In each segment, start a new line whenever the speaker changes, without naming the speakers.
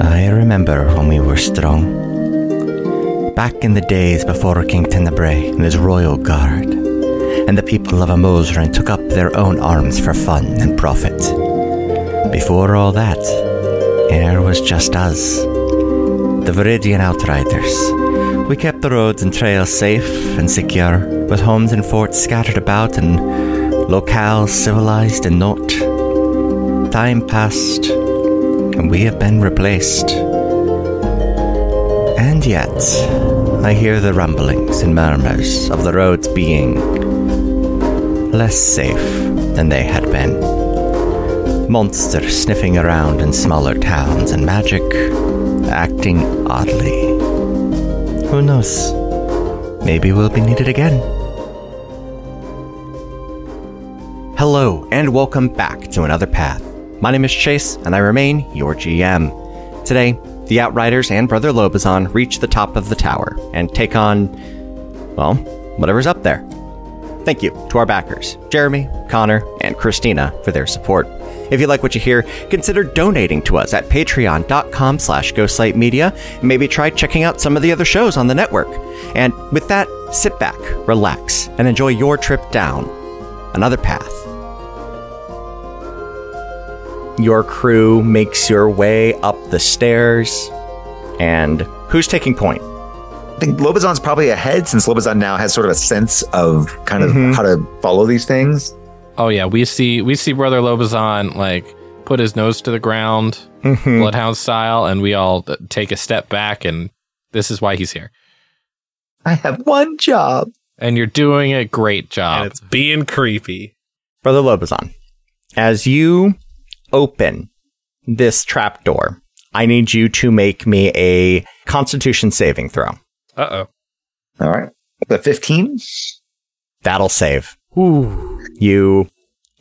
remember when we were strong. Back in the days before King Tenebrae and his royal guard, and the people of Amosran took up their own arms for fun and profit. Before all that, air was just us, the Viridian Outriders. We kept the roads and trails safe and secure, with homes and forts scattered about and locales civilized and not. Time passed, and we have been replaced. And yet, I hear the rumblings and murmurs of the roads being less safe than they had been. Monsters sniffing around in smaller towns and magic acting oddly. Who knows? Maybe we'll be needed again. Hello, and welcome back to Another Path. My name is Chase, and I remain your GM. Today, the Outriders and Brother Lobazon reach the top of the tower and take on, well, whatever's up there. Thank you to our backers, Jeremy, Connor, and Christina, for their support. If you like what you hear, consider donating to us at patreon.com slash ghostlightmedia, and maybe try checking out some of the other shows on the network. And with that, sit back, relax, and enjoy your trip down another path. Your crew makes your way up the stairs, and who's taking point?
I think Lobazon's probably ahead since Lobazon now has sort of a sense of kind of how to follow these things.
Oh yeah, we see we see brother Lobazon like put his nose to the ground,
Mm-hmm.
bloodhound style, and we all uh, take a step back, and this is why he's here.
I have one job.
And you're doing a great job.
and it's being creepy.
Brother Lobazon, as you open this trapdoor, I need you to make me a constitution saving throw.
Uh
All right. The 15?
That'll save.
oh. Ooh.
You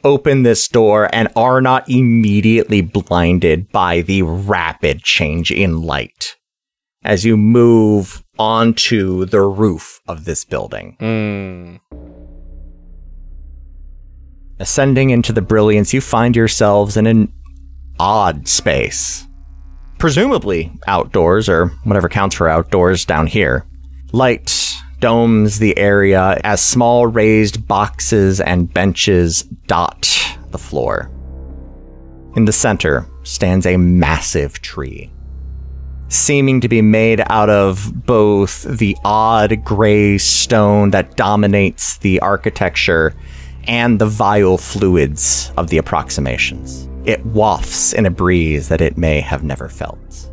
open this door and are not immediately blinded by the rapid change in light as you move onto the roof of this building.
Mm.
Ascending into the brilliance, you find yourselves in an odd space. Presumably outdoors, or whatever counts for outdoors down here. Light domes the area as small raised boxes and benches dot the floor. In the center stands a massive tree, seeming to be made out of both the odd gray stone that dominates the architecture and the vile fluids of the approximations. It wafts in a breeze that it may have never felt.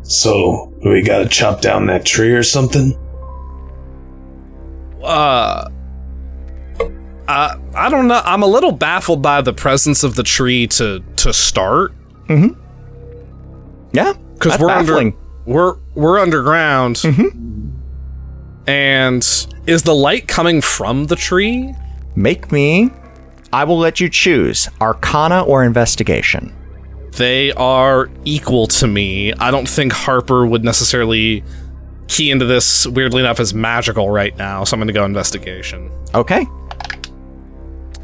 So, we gotta chop down that tree or something?
Uh. Uh, I don't know. I'm a little baffled by the presence of the tree to to start
Yeah,
because
that's
we're
baffling. Mm-hmm.
under we're we're underground. And is the light coming from the tree?
Make me. I will let you choose Arcana or Investigation.
They are equal to me. I don't think Harper would necessarily key into this. Weirdly enough, as magical right now, so I'm going to go investigation.
Okay.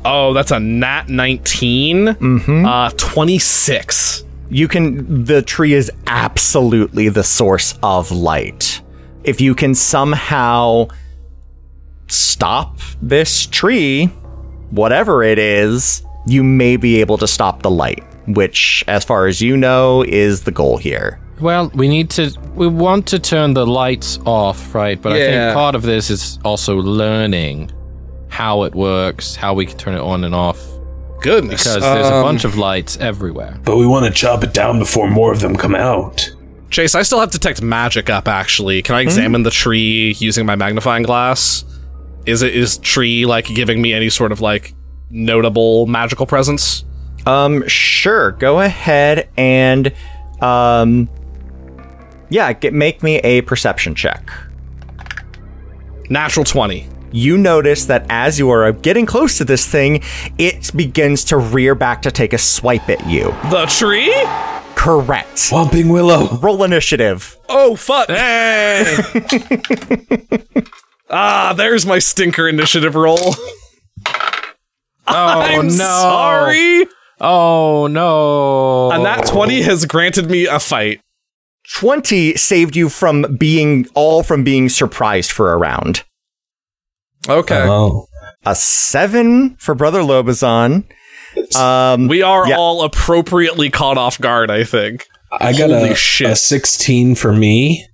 Oh, that's a nat 19.
Mm-hmm.
Uh, 26.
you can the tree is absolutely the source of light if you can somehow stop this tree whatever it is you may be able to stop the light which as far as you know is the goal here
Well, we need to. We want to turn the lights off, right? But I
Yeah.
think part of this is also learning how it works, how we can turn it on and off,
Goodness.
because there's a
Um,
bunch of lights everywhere.
But we wanna chop it down before more of them come out.
Chase, I still have detect magic up, actually. Can I examine the tree using my magnifying glass? Is it is tree like giving me any sort of like notable magical presence?
um sure go ahead and um yeah get, make me a perception check
Natural 20.
you notice that as you are getting close to this thing, it begins to rear back to take a swipe at you.
The tree?
Correct.
Whomping Willow!
Roll initiative.
Oh fuck. Hey. ah, there's my stinker initiative roll.
Oh
I'm
no!
sorry.
Oh no!
Oh. And that 20 has granted me a fight.
20 saved you from being all from being surprised for a round.
Okay.
Oh.
A 7 for brother Lobazon. Um
we are
yeah.
all appropriately caught off guard, I think.
I got
Holy
a,
shit.
a 16 for me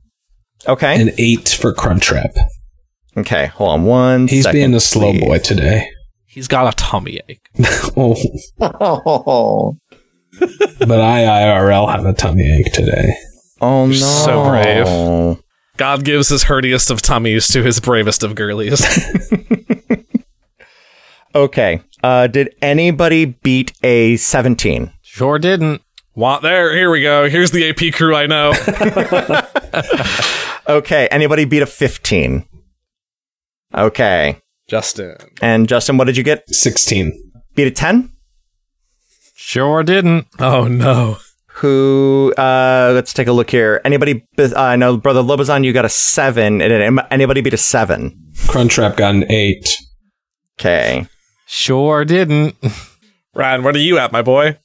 okay.
and 8 for Crunchwrap.
okay, hold on one
He's
second,
being a slow
please.
boy today.
He's got a tummy ache.
Oh,
Oh,
but I IRL have a tummy ache today.
Oh no.
so brave. God gives his hurtiest of tummies to his bravest of girlies.
Okay. Uh did anybody beat a 17?
Sure didn't.
Want there? Here we go. Here's the AP crew I know.
Okay, anybody beat a 15? Okay.
Justin.
And Justin, what did you get?
16.
Beat a 10?
Sure didn't.
Oh no.
who uh let's take a look here anybody uh, i know brother lobazon you got a seven and then anybody beat a seven
Crunchwrap got an 8.
okay
Sure didn't.
Ryan, what are you at, my boy?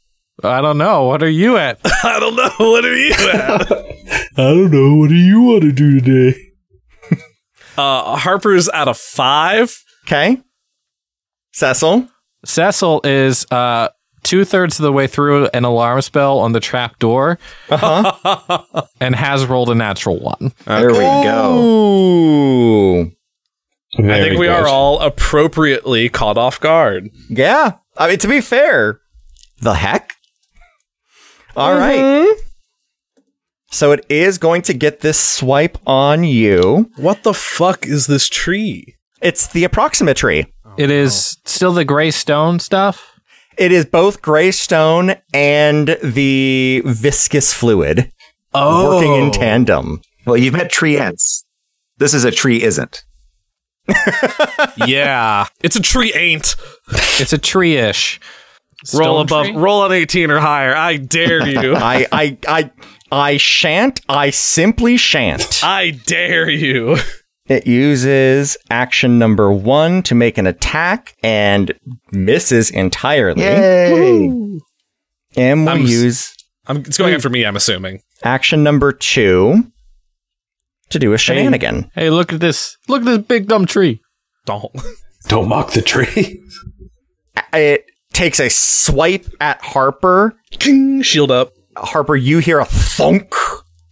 I don't know. What are you at?
I don't know. What are you at?
I don't know. What do you want to do today?
uh, Harper's at a five.
okay cecil
Cecil is uh, two thirds of the way through an alarm spell on the trap door
uh-huh
and has rolled a natural one.
there we go.
Ooh.
Very
I think we
good.
are all appropriately caught off guard.
yeah i mean to be fair the heck All right.
Mm-hmm.
so it is going to get this swipe on you
What the fuck is this tree?
it's the approximate tree
Oh,
it is still the gray stone stuff.
it is both gray stone and the viscous fluid working
Oh.
in tandem
Well, you've met tree ants. This is a tree isn't.
yeah, it's a tree ain't.
It's a tree ish.
roll above, roll an eighteen or higher. I dare you.
I, I, I, I shan't. I simply shan't.
I dare you.
It uses action number one to make an attack and misses entirely.
Yay!
And we'll
I'm s-
use
I'm, it's going after me. I'm assuming.
action number two to do a shenanigan.
Hey, look at this. Look at this big dumb tree.
Don't.
Don't mock the tree.
It takes a swipe at Harper.
King, shield up.
Harper, you hear a thunk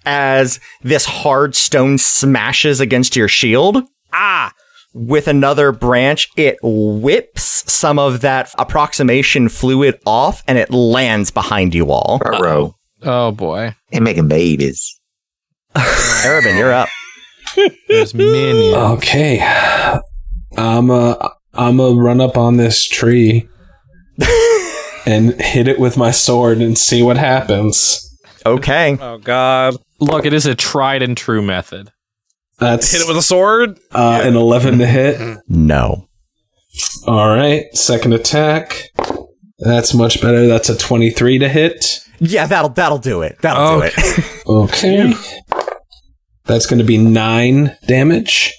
as this hard stone smashes against your shield.
Ah,
with another branch, it whips some of that approximation fluid off and it lands behind you all.
Row
Oh boy.
and making babies.
Arabin, you're up.
There's minions.
Okay. I'm a I'm a run up on this tree and hit it with my sword and see what happens.
Okay.
Oh God!
Look, it is a tried and true method.
That's
Hit it with Mm-hmm. a sword.
uh, an 11 to hit.
No.
All right, second attack. That's much better. That's a 23 to hit.
Yeah, that'll that'll do it. That'll do it.
Okay. That's going to be 9 damage.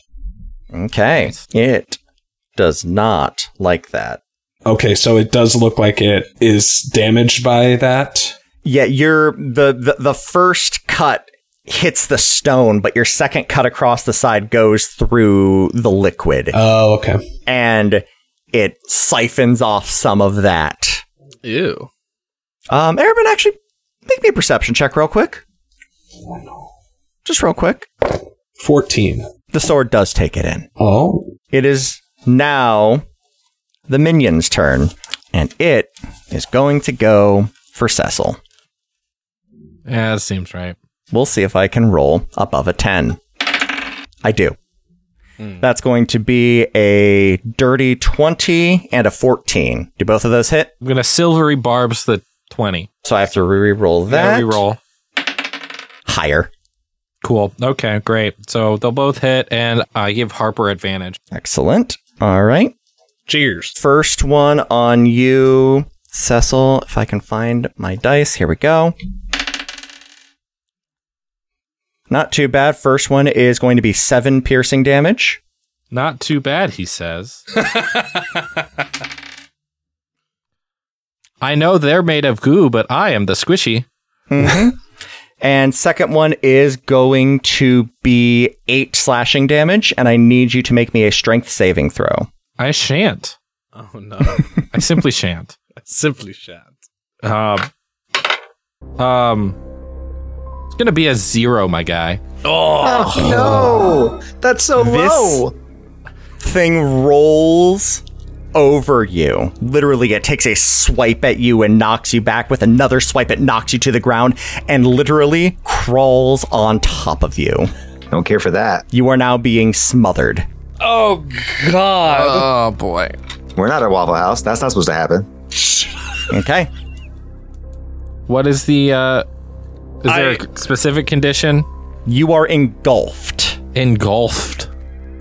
okay. It does not like that.
Okay, so it does look like it is damaged by that.
Yeah, your the, the the first cut hits the stone, but your second cut across the side goes through the liquid
Oh, okay.
and it siphons off some of that.
Ew.
Um, Erebin, actually, make me a perception check real quick. Just real quick.
14.
The sword does take it in.
Oh,
It is now the minion's turn, and it is going to go for Cecil.
Yeah, that seems right.
We'll see if I can roll above a 10. I do. That's going to be a dirty 20 and a 14. Do both of those hit?
I'm gonna silvery barbs the twenty.
So I have to re roll that.
There we roll.
Higher.
Cool. Okay, great. So they'll both hit, and I give Harper advantage.
Excellent. All right.
Cheers.
First one on you, Cecil. If I can find my dice, here we go. Not too bad. First one is going to be seven piercing damage.
Not too bad, he says. I know they're made of goo, but I am the squishy.
And second one is going to be eight slashing damage, and I need you to make me a strength saving throw.
I shan't.
Oh no!
I simply shan't.
Simply shan't.
Um, um, it's gonna be a zero, my guy.
Oh,
Oh, no, that's so
This-
low.
Thing rolls over you. Literally, it takes a swipe at you and knocks you back with another swipe. It knocks you to the ground and literally crawls on top of you.
Don't care for that.
You are now being smothered.
oh god!
Oh boy.
We're not at Waffle House. That's not supposed to happen.
Okay.
What is the? uh Is there
I-
a specific condition?
You are engulfed.
Engulfed.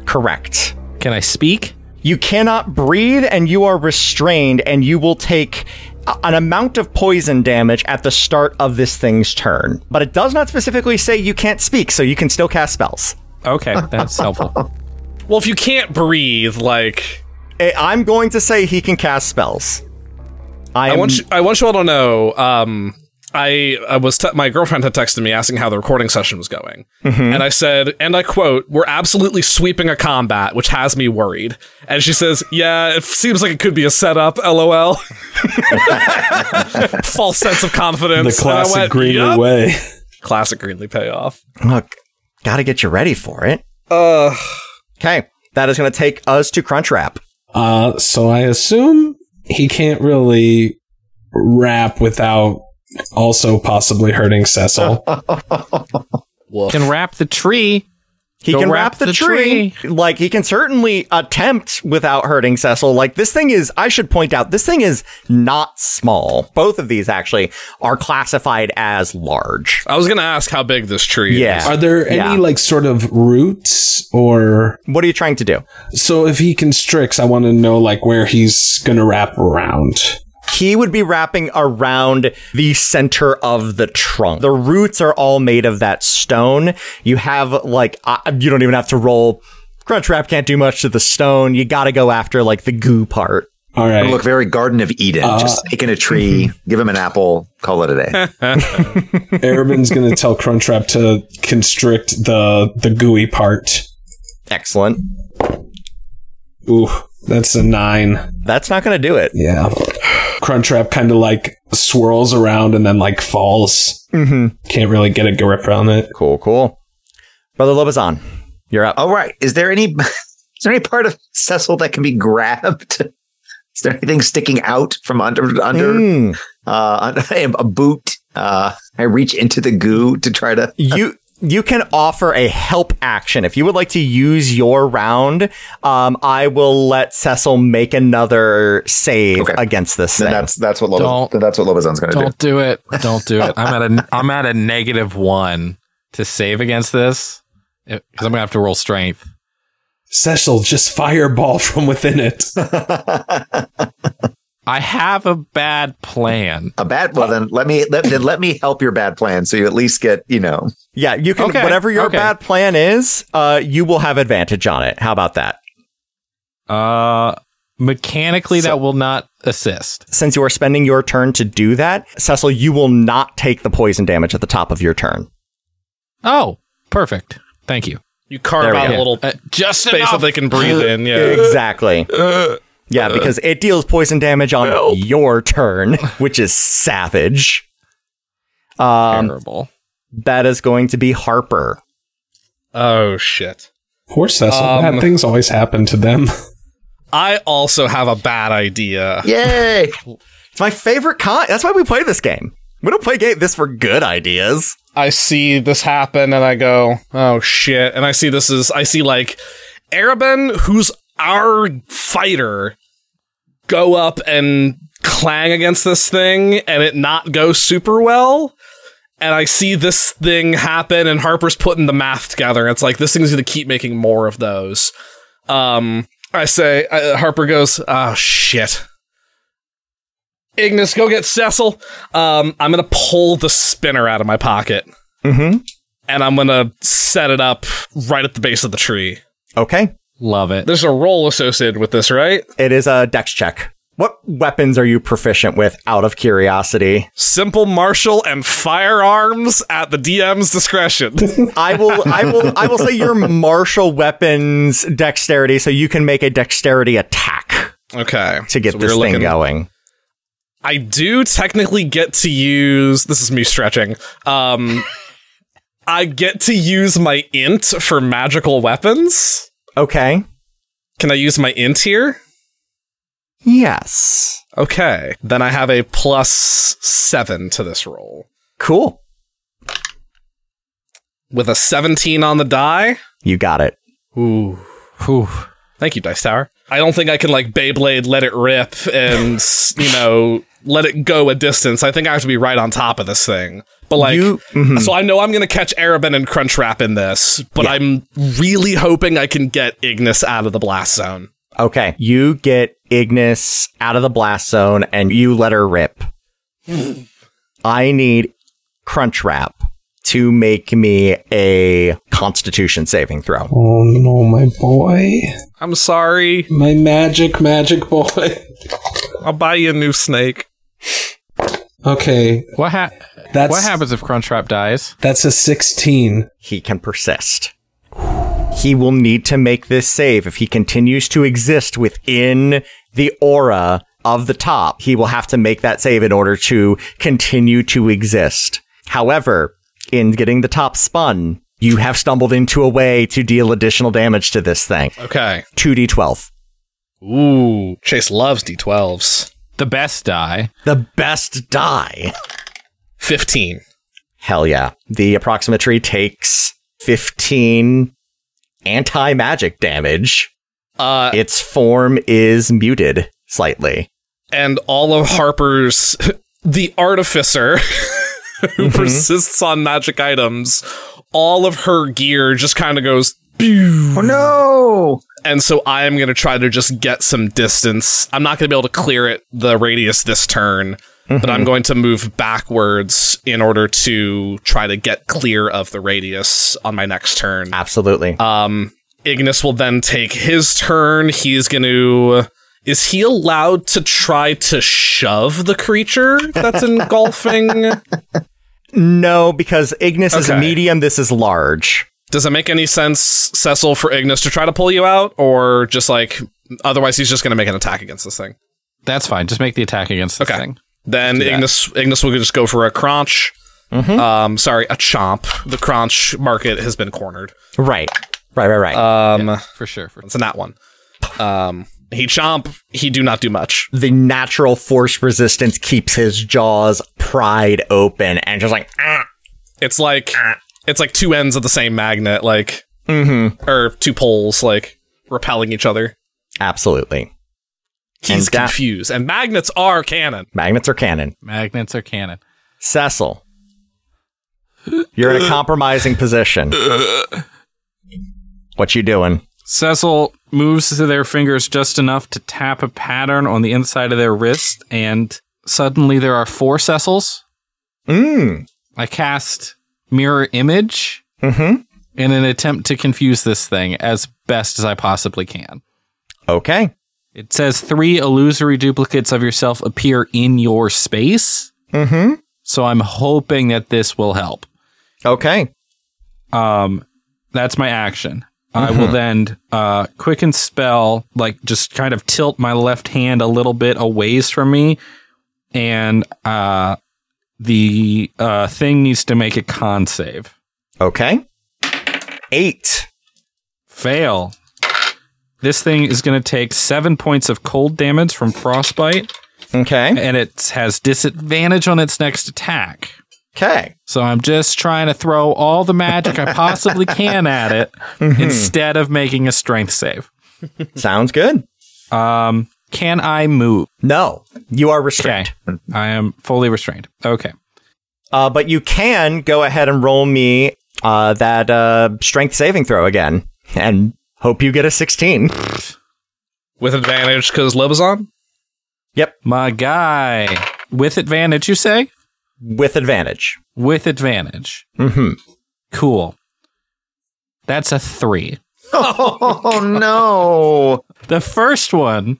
Correct.
Can I speak?
You cannot breathe and you are restrained, and you will take a- an amount of poison damage at the start of this thing's turn. But it does not specifically say you can't speak, so you can still cast spells.
Okay, that's helpful.
Well, if you can't breathe, like
I- Eh, I'm going to say he can cast spells. I,
I
am,
want you, I want you all to know. Um, I, I was te- my girlfriend had texted me asking how the recording session was going,
Mm-hmm.
and I said, and I quote, "We're absolutely sweeping a combat," which has me worried. And she says, "Yeah, it seems like it could be a setup." LOL. False sense of
The
confidence. And I
classic
went,
greener
"Yup."
way.
Classic Greenlee payoff.
look. Gotta get you ready for it.
Uh,
Okay, that is going to take us to crunch wrap.
Uh, so I assume he can't really rap without also possibly hurting Cecil.
Can wrap the tree.
He
Go
can wrap, the, tree. Like he can certainly attempt without hurting Cecil. Like this thing is, I should point out, this thing is not small. Both of these actually are classified as large.
I was gonna ask how big this tree is.
Yeah.
Are there any
Yeah.
like sort of roots or
What are you trying to do?
so if he constricts, I want to know like where he's gonna wrap around.
He would be wrapping around the center of the trunk. The roots are all made of that stone. You have like uh, you don't even have to roll. Crunch wrap can't do much to the stone. You got to go after like the goo part.
All right.
Look very Garden of Eden. Just taking a tree, give him an apple, call it a day.
Arabin's gonna tell Crunchwrap to constrict the the gooey part.
Excellent.
Ooh, that's a nine.
That's not going to do it.
Yeah. Crunchwrap kind of like swirls around and then like falls. Mm-hmm. Can't really get a grip on it.
Cool, cool. Brother Lobazon, you're up.
All right. Is there any is there any part of Cecil that can be grabbed? Is there anything sticking out from under under
Hmm.
Mm.
uh, un- a boot? Uh, I reach into the goo to try to.
You you can offer a help action if you would like to use your round. Um, I will let Cecil make another save
Okay.
against this
Then
thing.
that's that's what
Don't-
Lobo, then that's what Lobazon's going to do.
Don't do it. Don't do it. I'm at a I'm at a negative one to save against this because I'm gonna have to roll strength.
Cecil, just fireball from within it.
I have a bad plan.
A bad. Well, then let me let, then let me help your bad plan, so you at least get you know.
yeah, you can
Okay,
whatever your
okay.
bad plan is, uh, you will have advantage on it. How about that?
Uh, mechanically, that will not assist.
Since you are spending your turn to do that, Cecil, you will not take the poison damage at the top of your turn.
Oh, perfect. Thank you.
You carve
There we
out
go.
a little
Uh, just
space that
enough.
they can breathe in. Yeah.
Exactly.
Uh,
Yeah, because it deals poison damage on your turn, which is savage. Um,
Terrible.
that is going to be Harper.
Oh shit.
Poor Cecil.
Um,
Bad things always happen to them.
I also have a bad idea.
Yay!
It's my favorite con. That's why we play this game. We don't play game this for good ideas.
I see this happen and I go, oh shit. And I see this is, I see like Arabin, who's our fighter, go up and clang against this thing and it not go super well. And I see this thing happen and Harper's putting the math together. It's like, this thing's going to keep making more of those. Um, I say, uh, Harper goes, oh shit. Ignis, go get Cecil. Um, I'm gonna pull the spinner out of my pocket
Mm-hmm.
and I'm gonna set it up right at the base of the tree.
Okay.
Love it.
There's a roll associated with this, right?
It is a dex check. What weapons are you proficient with out of curiosity?
Simple martial and firearms at the DM's discretion.
I will I will I will say your martial weapons dexterity so you can make a dexterity attack
okay.
to get
So
this
we're
thing
looking-
going.
I do technically get to use this is me stretching. Um I get to use my int for magical weapons.
Okay.
Can I use my int here?
Yes.
Okay. Then I have a plus 7 to this roll.
Cool.
With a 17 on the die.
You got it.
Ooh.
Whew.
Thank you, Dice Tower. I don't think I can like Beyblade, let it rip, and you know, let it go a distance. I think I have to be right on top of this thing. But like,
You- mhm.
so I know I'm gonna catch Arabin and Crunchwrap in this, but I'm really hoping I can get Ignis out of the blast zone.
Okay. You get Ignis out of the blast zone and you let her rip. I need Crunchwrap to make me a constitution saving throw.
Oh no, my boy.
I'm sorry.
My magic, magic boy.
I'll buy you a new snake.
Okay,
What ha-
that's
What happens if Crunchwrap dies?
That's a 16.
He can persist. He will need to make this save. If he continues to exist within the aura of the top, he will have to make that save in order to continue to exist. However, in getting the top spun, you have stumbled into a way to deal additional damage to this thing.
Okay.
2d12.
Ooh, Chase loves d12s.
The best die.
The best die.
Fifteen.
Hell yeah. The approximatary takes 15 anti magic damage.
Uh,
its form is muted slightly.
and all of Harper's the artificer who persists on magic items, all of her gear just kind of goes pew.
Oh no!
and so I am going to try to just get some distance. I'm not going to be able to clear it the radius this turn, but I'm going to move backwards in order to try to get clear of the radius on my next turn.
Absolutely. Uh,
Um, Ignis will then take his turn. He's going to. Is he allowed to try to shove the creature that's engulfing?
no, because Ignis is a
Okay.
medium, this is large.
Does it make any sense, Cecil, for Ignis to try to pull you out, or just like otherwise he's just going to make an attack against this thing?
That's fine. Just make the attack against this
Okay.
thing.
Then Ignis Ignis will just go for a crunch. Um, sorry, a chomp. The crunch market has been cornered.
Right. Right, right, right.
Um,
For sure. For
it's not one. Um, he chomp. He do not do much.
the natural force resistance keeps his jaws pried open and just like, ah.
It's like it's like two ends of the same magnet, like
mm-hmm.
or two poles, like repelling each other.
Absolutely.
He's
And that-
confused, and magnets are canon.
Magnets are cannon.
Magnets are cannon.
Cecil, you're in a compromising position. What you doing?
Cecil moves their fingers just enough to tap a pattern on the inside of their wrist, and suddenly there are four Cecils.
Mm.
I cast Mirror Image
Mm-hmm.
in an attempt to confuse this thing as best as I possibly can.
Okay.
It says three illusory duplicates of yourself appear in your space,
Mm-hmm.
so I'm hoping that this will help.
Okay.
Um, that's my action. I will then uh, quicken spell, like just kind of tilt my left hand a little bit away from me, and uh, the uh, thing needs to make a con save.
Okay. Eight.
Fail. This thing is going to take seven points of cold damage from frostbite,
Okay.
and it has disadvantage on its next attack.
Okay.
So I'm just trying to throw all the magic I possibly can at it instead of making a strength save.
Sounds good.
Um, can I move?
No, you are
Okay.
restrained.
I am fully restrained. Okay.
Uh, but you can go ahead and roll me uh, that uh, strength saving throw again and hope you get a 16.
with advantage because Lobazon.
My guy. With advantage, you say?
With advantage.
With advantage.
hmm
Cool. That's a three.
Oh no!
The first one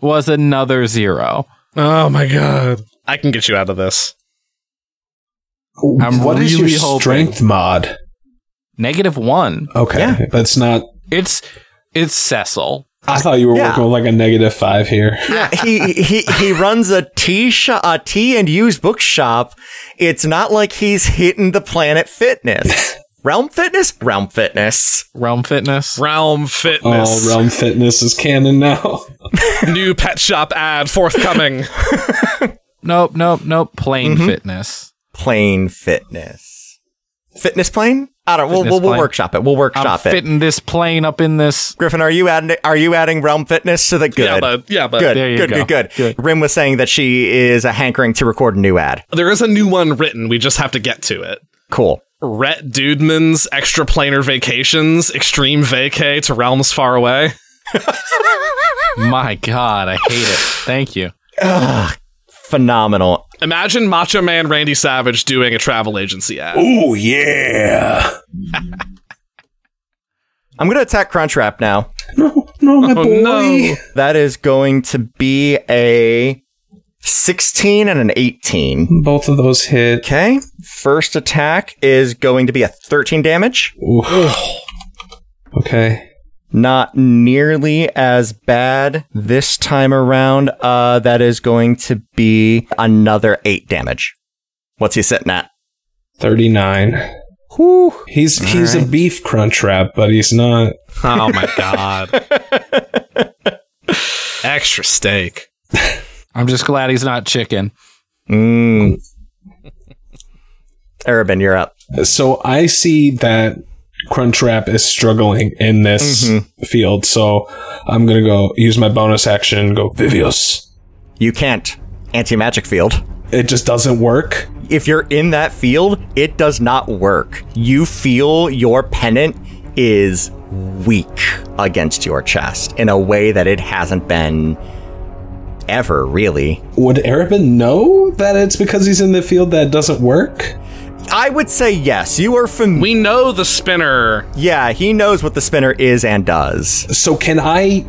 was another zero.
Oh my god. I can get you out of this.
I'm
What is
really
your
hoping-
strength mod?
Negative one.
Okay,
Yeah.
that's not.
It's it's Cecil.
I thought you were
Yeah.
working with like a negative five here.
Yeah, he he he runs a tea shop, a tea and used bookshop. It's not like he's hitting the Planet Fitness, Realm Fitness, Realm Fitness.
Realm Fitness.
Realm
Oh,
Fitness.
Realm Fitness is canon now.
New pet shop ad forthcoming.
Nope, nope, nope. Plain Fitness.
Plane Fitness, Fitness Plane. I don't. We'll
Fitness
we'll, we'll
plane.
workshop it. We'll
I'm
workshop it.
fitting this plane up in this.
Griffin, are you adding? Are you adding Realm Fitness to the good?
Yeah, but yeah, but
good,
Uh, There you
good,
go.
good, good,
Good.
Rim was saying that she is a hankering to record a new ad.
there is a new one written. We just have to get to it.
Cool.
Rhett Dudeman's Extraplanar Vacations, Extreme Vacay to Realms Far Away.
My God, I hate it. Thank you.
Phenomenal.
Imagine Macho Man Randy Savage doing a travel agency ad.
Oh yeah.
I'm going to attack Crunchwrap now.
No, no, my
Oh,
boy.
no.
That is going to be a 16 and an 18.
Both of those hit.
Okay. First attack is going to be a 13 damage.
Oof. okay.
Not nearly as bad this time around. Uh, that is going to be another 8 damage. What's he sitting at?
39.
Whew.
He's he's a beef crunch wrap, but he's not
Oh my god. Extra steak.
I'm just glad he's not chicken.
Mm. Arabin, you're up.
So I see that Crunchwrap is struggling in this field, so I'm gonna go use my bonus action. Go Vivios.
You can't. Anti magic field.
It just doesn't work.
If you're in that field, it does not work. You feel your pennant is weak against your chest in a way that it hasn't been ever, really.
Would Erebin know that it's because he's in the field that it doesn't work?
I would say yes. You are familiar.
We know the spinner.
Yeah, he knows what the spinner is and does.
So can I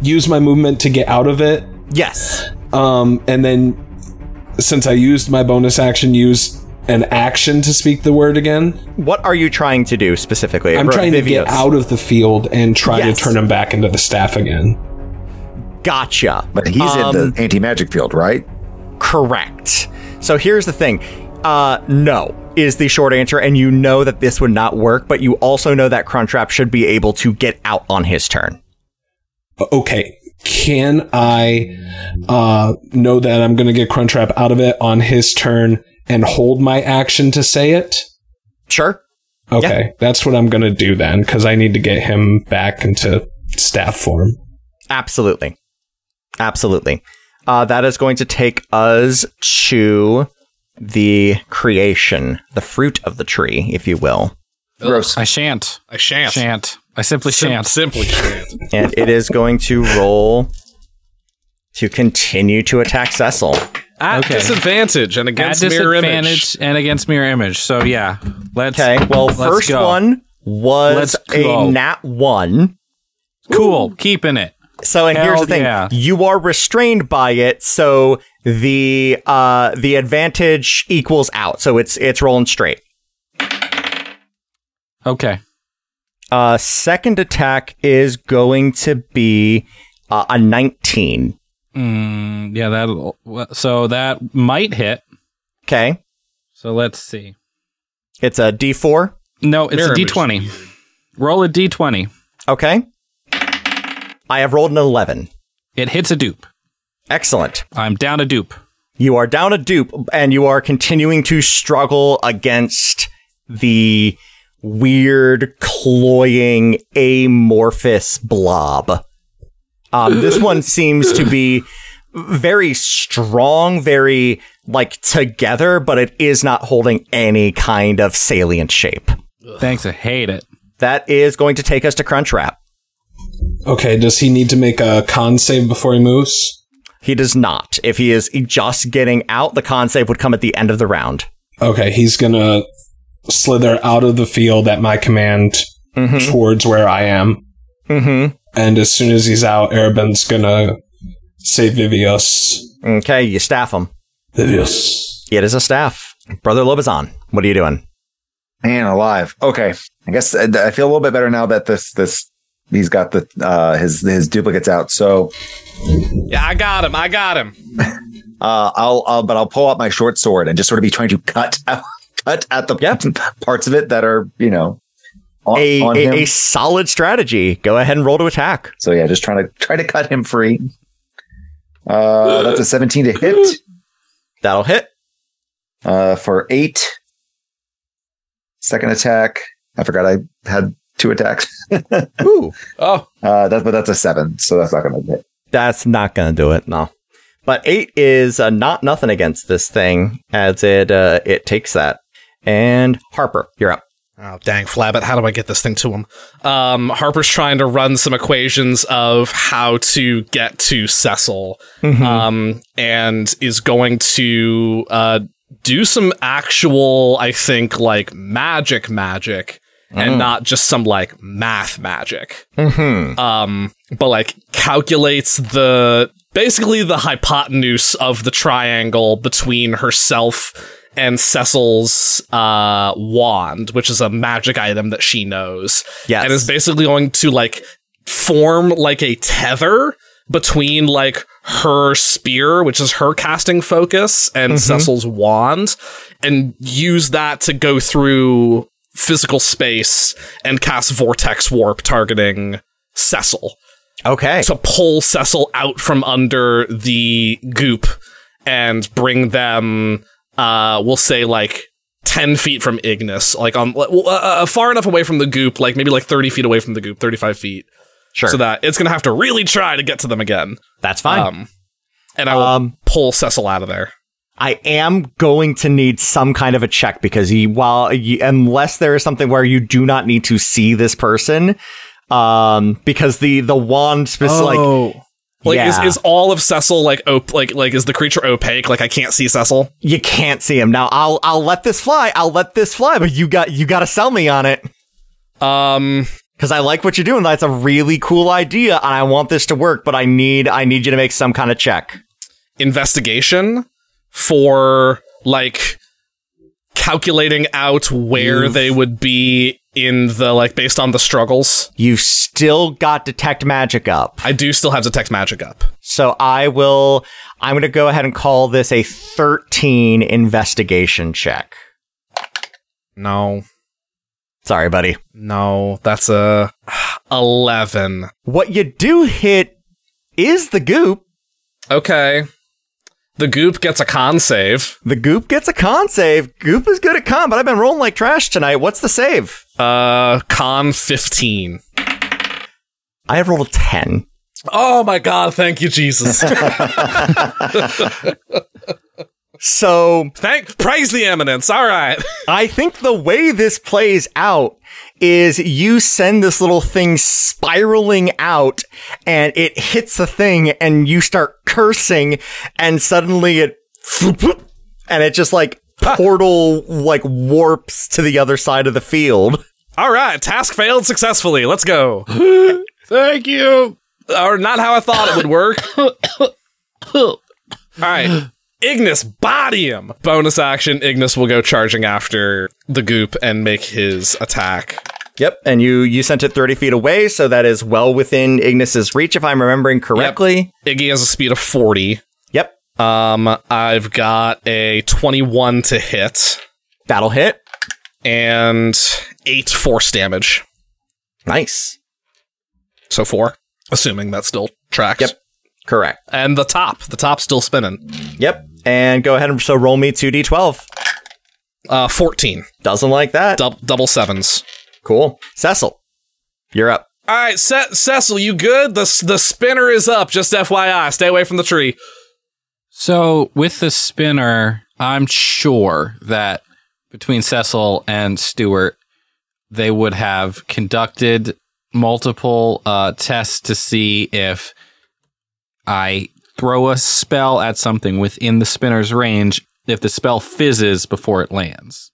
use my movement to get out of it?
Yes.
Um, and then since I used my bonus action, use an action to speak the word again.
What are you trying to do specifically?
I'm
Ro-
trying to get
Vivios.
out of the field and try
Yes.
to turn him back into the staff again.
Gotcha.
But he's
Um,
in the anti magic field, right?
Correct. So here's the thing. Uh, no is the short answer, and you know that this would not work, but you also know that Crunchwrap should be able to get out on his turn.
Uh, okay can i uh know that i'm gonna get crunchwrap out of it on his turn and hold my action to say it
Sure.
okay that's what i'm gonna do then because i need to get him back into staff form
Absolutely. Absolutely. Uh, that is going to take us to the creation, the fruit of the tree, if you will.
uh,
Gross.
I shan't.
I shan't.
Shan't. I simply
Sim-
shan't.
Simply shan't.
And it is going to roll to continue to attack Cecil.
At
Okay.
disadvantage and
At
against mirror image.
disadvantage and against mirror image. So yeah, let's.
Okay. Well,
let's
first
go.
one was
Let's go.
a nat one.
Cool, keeping it.
So, and here's
Hell
the thing:
yeah.
you are restrained by it, so the uh the advantage equals out. So it's it's rolling straight.
Okay.
Uh, second attack is going to be uh, a nineteen.
Mm, yeah, that. So that might hit.
Okay,
So let's see.
it's a D four.
No, it's
Mirror
a
image.
d20. Roll a d20.
Okay, I have rolled an eleven.
It hits a dupe.
Excellent.
I'm down a dupe.
You are down a dupe, and you are continuing to struggle against the weird, cloying, amorphous blob. Um, this one seems to be very strong, very like together, but it is not holding any kind of salient shape.
Thanks, I hate it.
That is going to take us to Crunchwrap.
okay does he need to make a con save before he moves
He does not. If he is just getting out, the con save would come at the end of the round.
okay he's gonna slither out of the field at my command towards where i am
Mm-hmm.
and as soon as he's out, Arabin's gonna say Vivios.
Okay, you staff him.
Vivios.
It is a staff. Brother Lobazon, what are you doing?
Man alive. Okay. I guess I I feel a little bit better now that this this he's got the uh his his duplicates out. So
Yeah, I got him. I got him.
uh I'll I'll but I'll pull out my short sword and just sort of be trying to cut out cut at the
Yep.
parts of it that are, you know, on,
A,
on him.
a, a solid strategy. Go ahead and roll to attack.
So yeah, just trying to try to cut him free. Uh that's a 17 to hit
That'll hit.
uh for 8. Second attack. I forgot I had two attacks.
Ooh.
Oh,
Uh that's but that's a 7, so that's not going to hit.
That's not going to do it. No. But eight is uh, not nothing against this thing as it uh, it takes that. And Harper, you're up.
oh, dang, Flabbit. How do I get this thing to him? Um, Harper's trying to run some equations of how to get to Cecil,
Mm-hmm.
um, and is going to uh, do some actual, I think, like magic, magic,
Mm.
and not just some like math magic.
Mm-hmm.
um, but like calculates the basically the hypotenuse of the triangle between herself and Cecil's uh, wand, which is a magic item that she knows,
Yes.
and is basically going to like form like a tether between like her spear, which is her casting focus, and Cecil's wand, and use that to go through physical space and cast vortex warp targeting Cecil
okay.
to pull Cecil out from under the goop and bring them, uh, we'll say like 10 feet from Ignis, like on like, well, uh, uh, far enough away from the goop, like maybe like 30 feet away from the goop, 35 feet.
sure.
So that it's going to have to really try to get to them again.
That's fine.
Um, and I will
Um,
pull Cecil out of there.
I am going to need some kind of a check because you, while you, unless there is something where you do not need to see this person, um, because the the wand is like
Oh. Like
yeah.
is, is all of Cecil like op- like like is the creature opaque? Like I can't see Cecil.
you can't see him now. I'll I'll let this fly. I'll let this fly, but you got you got to sell me on it
Um,
because I like what you're doing. That's a really cool idea, and I want this to work. But I need I need you to make some kind of check.
investigation for like calculating out where they would be in the like based on the struggles.
You've still got detect magic up,
I do still have detect magic up.
so I will. I'm going to go ahead and call this a 13 investigation check.
No,
Sorry, buddy.
no, that's a eleven.
What you do hit is the goop.
Okay. The goop gets a con save.
The goop gets a con save. Goop is good at con, but I've been rolling like trash tonight. What's the save?
Uh con fifteen.
I have rolled a 10.
Oh my god, thank you, Jesus.
So
thank praise the eminence. Alright.
I think the way this plays out is you send this little thing spiraling out and it hits the thing and you start cursing and suddenly it and it just like portal like warps to the other side of the field.
Alright, task failed successfully. Let's go.
Thank you.
or not how I thought it would work. All right. Ignis, body him. Bonus action. Ignis will go charging after the goop and make his attack.
Yep, and you you sent it 30 feet away, so that is well within Ignis's reach, if I'm remembering correctly.
Iggy has a speed of 40.
Yep,
Um, I've got a 21 to hit
that'll hit.
and eight force damage.
Nice.
So four, assuming that still tracks.
Yep. Correct.
And the top, the top's still spinning.
Yep, and go ahead and so roll me 2d12.
Uh, 14.
Doesn't like that.
Dou- double sevens.
Cool. Cecil, you're up.
All right, Ce- Cecil, you good? The the spinner is up. Just FYI, stay away from the tree.
So with the spinner, I'm sure that between Cecil and Stewart, they would have conducted multiple uh, tests to see if I throw a spell at something within the spinner's range. If the spell fizzes before it lands,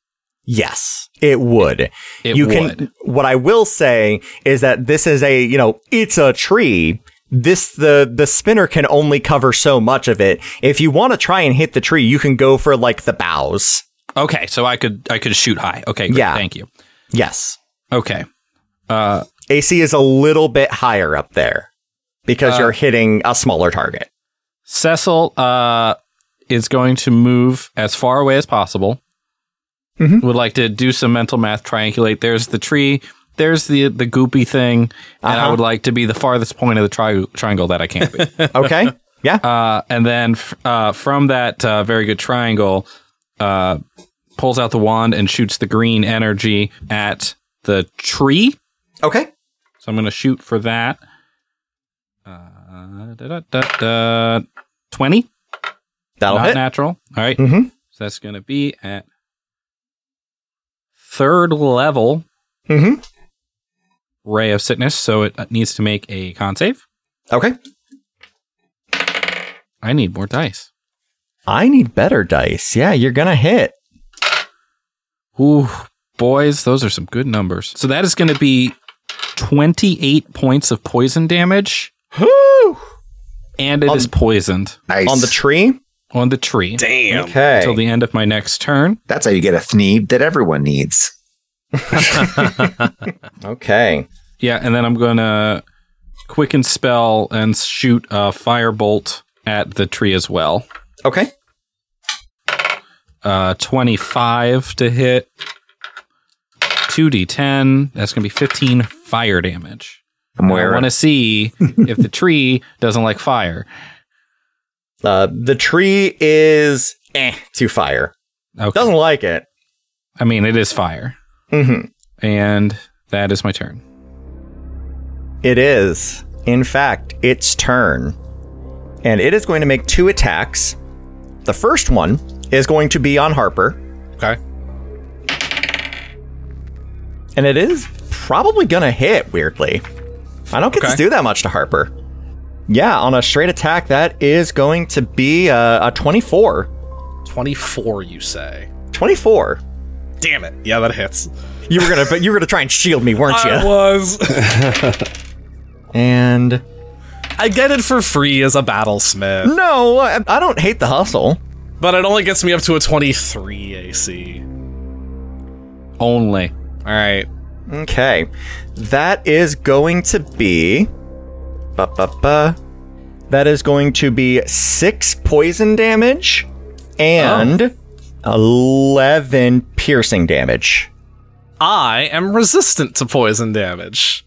Yes, it would.
it
you
would.
can. What I will say is that this is a you know it's a tree, this the the spinner can only cover so much of it. If you want to try and hit the tree, you can go for like the boughs.
Okay, so I could I could shoot high. Okay, great,
Yeah.
Thank you.
Yes.
Okay. Uh,
AC is a little bit higher up there because
Uh,
you're hitting a smaller target.
Cecil uh, is going to move as far away as possible.
Mhm.
Would like to do some mental math, triangulate. There's the tree. There's the the goopy thing, and I
Uh-huh.
would like to be the farthest point of the tri- triangle that I can be.
Okay. yeah.
uh, and then f- uh, from that uh, very good triangle, uh, pulls out the wand and shoots the green energy at the tree.
Okay.
So I'm going to shoot for that. Uh, da, da, da, da, 20?
That'll
Not
hit.
natural. All right.
Mhm.
So that's going to be at third level
Mhm.
ray of sickness. So it uh, needs to make a con save.
Okay.
I need more dice.
I need better dice. Yeah, you're gonna hit.
Ooh, boys, those are some good numbers. So that is going to be 28 points of poison damage,
Whew! Um,
and it is
On-
poisoned
Nice.
On the tree.
on the tree
Damn.
Okay.
until the end of my next turn.
That's how you get a thneed that everyone needs.
okay.
Yeah, and then I'm gonna quicken spell and shoot a firebolt at the tree as well.
Okay.
Uh, 25 to hit. 2d10. That's gonna be 15 fire damage.
I'm
I
wearing
want to see if the tree doesn't like fire.
Uh, the tree is eh to fire.
Okay.
Doesn't like it.
I mean, it is fire,
Mhm.
Mm-hmm.
and that is my turn.
It is, in fact, its turn, and it is going to make two attacks. The first one is going to be on Harper.
Okay.
and it is probably gonna hit weirdly i don't get
Okay.
to do that much to harper yeah on a straight attack that is going to be uh, a, a 24
24, you say?
24
Damn it. Yeah, that hits.
you were gonna but you were gonna try and shield me weren't you
I was.
and
I get it for free as a battlesmith,
no I, I don't hate the hustle
but it only gets me up to a 23 AC.
Only.
All right.
okay that is going to be ba, ba, ba. that is going to be six poison damage and 11 piercing damage
I am resistant to poison damage.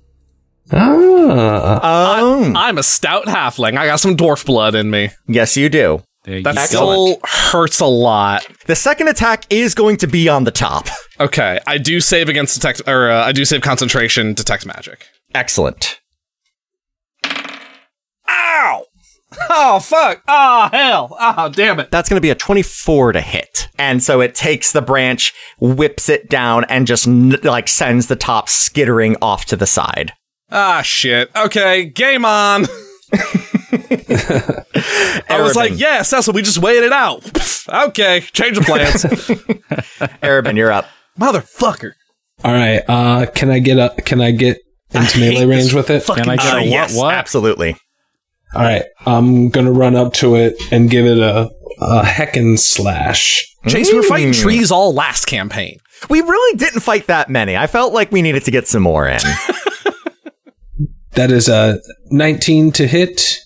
Ah,
um
I'm a stout halfling. I got some dwarf blood in me.
Yes, you do.
There you
That
go.
still hurts a lot.
The second attack is going to be on the top.
Okay, I do save against detect, or uh, I do save concentration, detect magic.
Excellent.
Ow! Oh fuck! Ah hell! Ah damn it!
That's going to be a 24 to hit. And so it takes the branch, whips it down, and just n- like sends the top skittering off to the side.
Ah shit! Okay, game on. I was
Arabin.
like, yeah, Cecil, we just waited out. okay, change of plans,
Arabin, you're up.
motherfucker.
all right. Uh, can I get up? Can I get into melee range with it?
Can I get
Uh,
a what?
yes,
what?
absolutely.
All right. I'm gonna run up to it and give it a a heckin' slash.
Chase, we were fighting trees all last campaign.
We really didn't fight that many. I felt like we needed to get some more in.
That is a 19 to hit.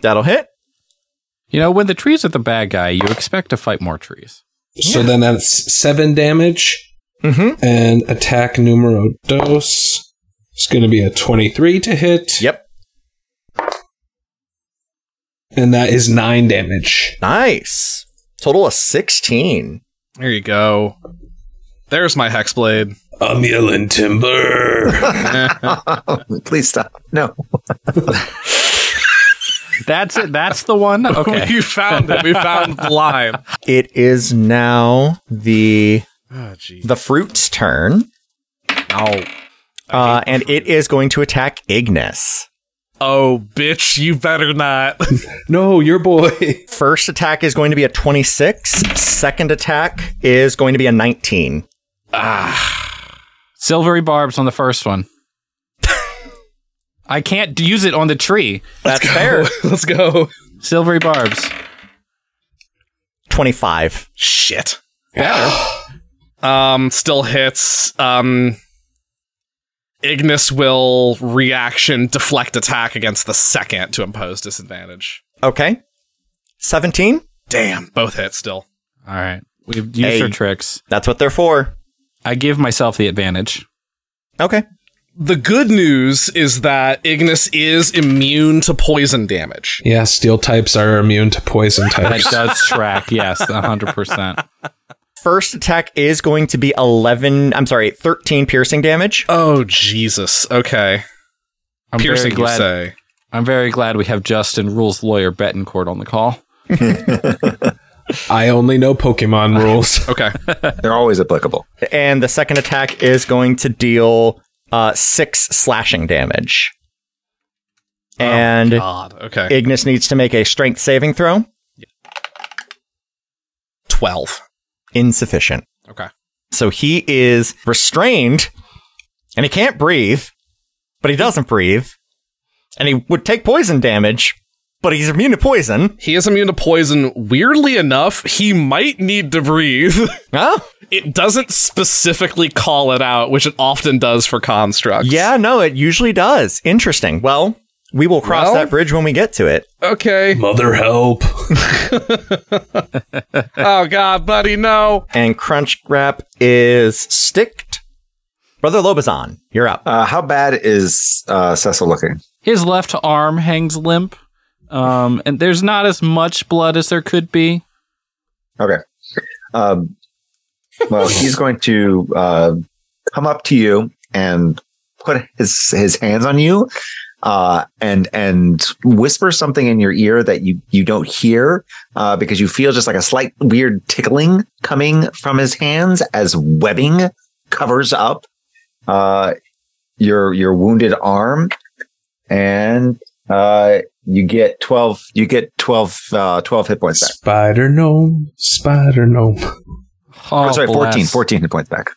That'll hit.
You know, when the trees are the bad guy, you expect to fight more trees.
So then that's seven damage.
Mhm.
And attack numero dos. It's going to be a 23 to hit.
Yep.
And that is nine damage.
Nice. Total of 16.
There you go. There's my hex blade.
I'm yelling timber.
Please stop. No.
That's it. That's the one. Okay.
you found it. We found the line.
It is now the
Oh jeez.
the fruit's turn.
Oh.
Uh, and it is going to attack Ignis.
Oh, bitch, you better not.
no, your boy.
First attack is going to be a 26. Second attack is going to be a 19.
Silvery barbs on the first one. I can't use it on the tree.
That's fair.
Let's go.
Silvery barbs.
25.
Shit.
Better.
Um, still hits. Um, Ignis will reaction deflect attack against the second to impose disadvantage.
Okay. 17.
Damn, both hit still.
All right. We've used
Hey.
our tricks.
That's what they're for.
I give myself the advantage.
Okay.
The good news is that Ignis is immune to poison damage.
Yeah, steel types are immune to poison
That
types.
does track. Yes, 100%.
First attack is going to be 11, I'm sorry, 13 piercing damage.
Oh Jesus. Okay.
I'm
Piercing
very glad.
you say.
I'm very glad we have Justin Rules lawyer Betancourt on the call.
I only know Pokemon rules.
Okay.
They're always applicable.
And the second attack is going to deal uh, six slashing damage. And
Oh, God. Okay.
Ignis needs to make a strength saving throw.
Twelve.
Insufficient.
Okay.
So he is restrained and he can't breathe, but he doesn't breathe. And he would take poison damage, but he's immune to poison.
He is immune to poison. Weirdly enough, he might need to breathe.
Huh?
it doesn't specifically call it out, which it often does for constructs.
Yeah, no, it usually does. Interesting. Well, we will cross
Well-
that bridge when we get to it.
Okay.
Mother help.
Oh God, buddy, no.
And Crunch Wrap is sticked. Brother Lobazon, you're up.
Uh, how bad is uh, Cecil looking?
His left arm hangs limp, um, and there's not as much blood as there could be.
Okay. Um, well, he's going to uh, come up to you and put his his hands on you, uh, and and whisper something in your ear that you you don't hear uh, because you feel just like a slight weird tickling coming from his hands as webbing covers up uh, your your wounded arm, and uh, you get twelve you get 12, uh, 12 hit points back.
Spider gnome. Spider gnome.
Oh,
Oh, sorry, 14,
bless.
14 hit points back.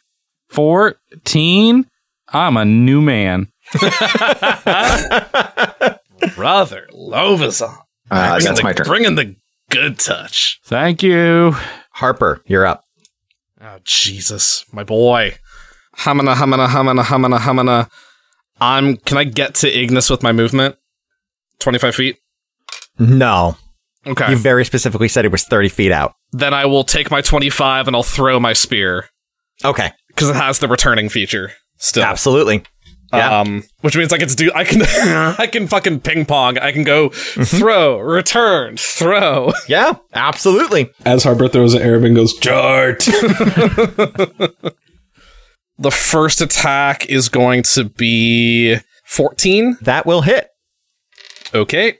14? I'm a new man.
Brother, Lovazon.
Uh,
Bringing
that's
the-
my turn.
Bringing the good touch.
Thank you.
Harper, you're up.
Oh, Jesus, my boy. Hamana, hamana, hamana, hamana, hamana. I'm. Can I get to Ignis with my movement? 25 feet? Mm-hmm.
No,
Okay.
you very specifically said it was 30 feet out.
then I will take my 25 and I'll throw my spear
Okay,
because it has the returning feature still.
absolutely. yeah.
Um, which means I can do. I can. I can fucking ping pong. I can go
Mm-hmm.
throw, return, throw.
Yeah, absolutely.
As Harper throws an Arab and goes, Jart.
The first attack is going to be 14.
That will hit.
Okay.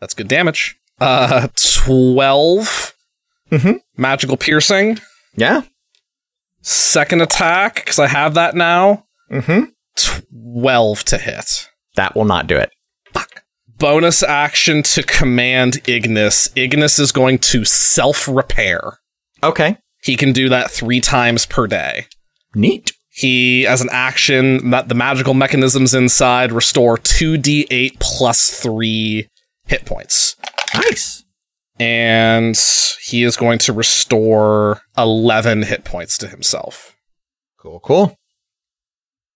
That's good damage. Uh, 12
Mhm.
magical piercing.
Yeah.
Second attack, because I have that now.
Mm-hmm.
12 to hit.
That will not do it.
Bonus action to command Ignis. Ignis is going to self repair.
Okay.
He can do that three times per day.
Neat.
He, as an action, that the magical mechanisms inside restore 2d8 plus 3 hit points.
Nice.
and he is going to restore 11 hit points to himself,
Cool, cool.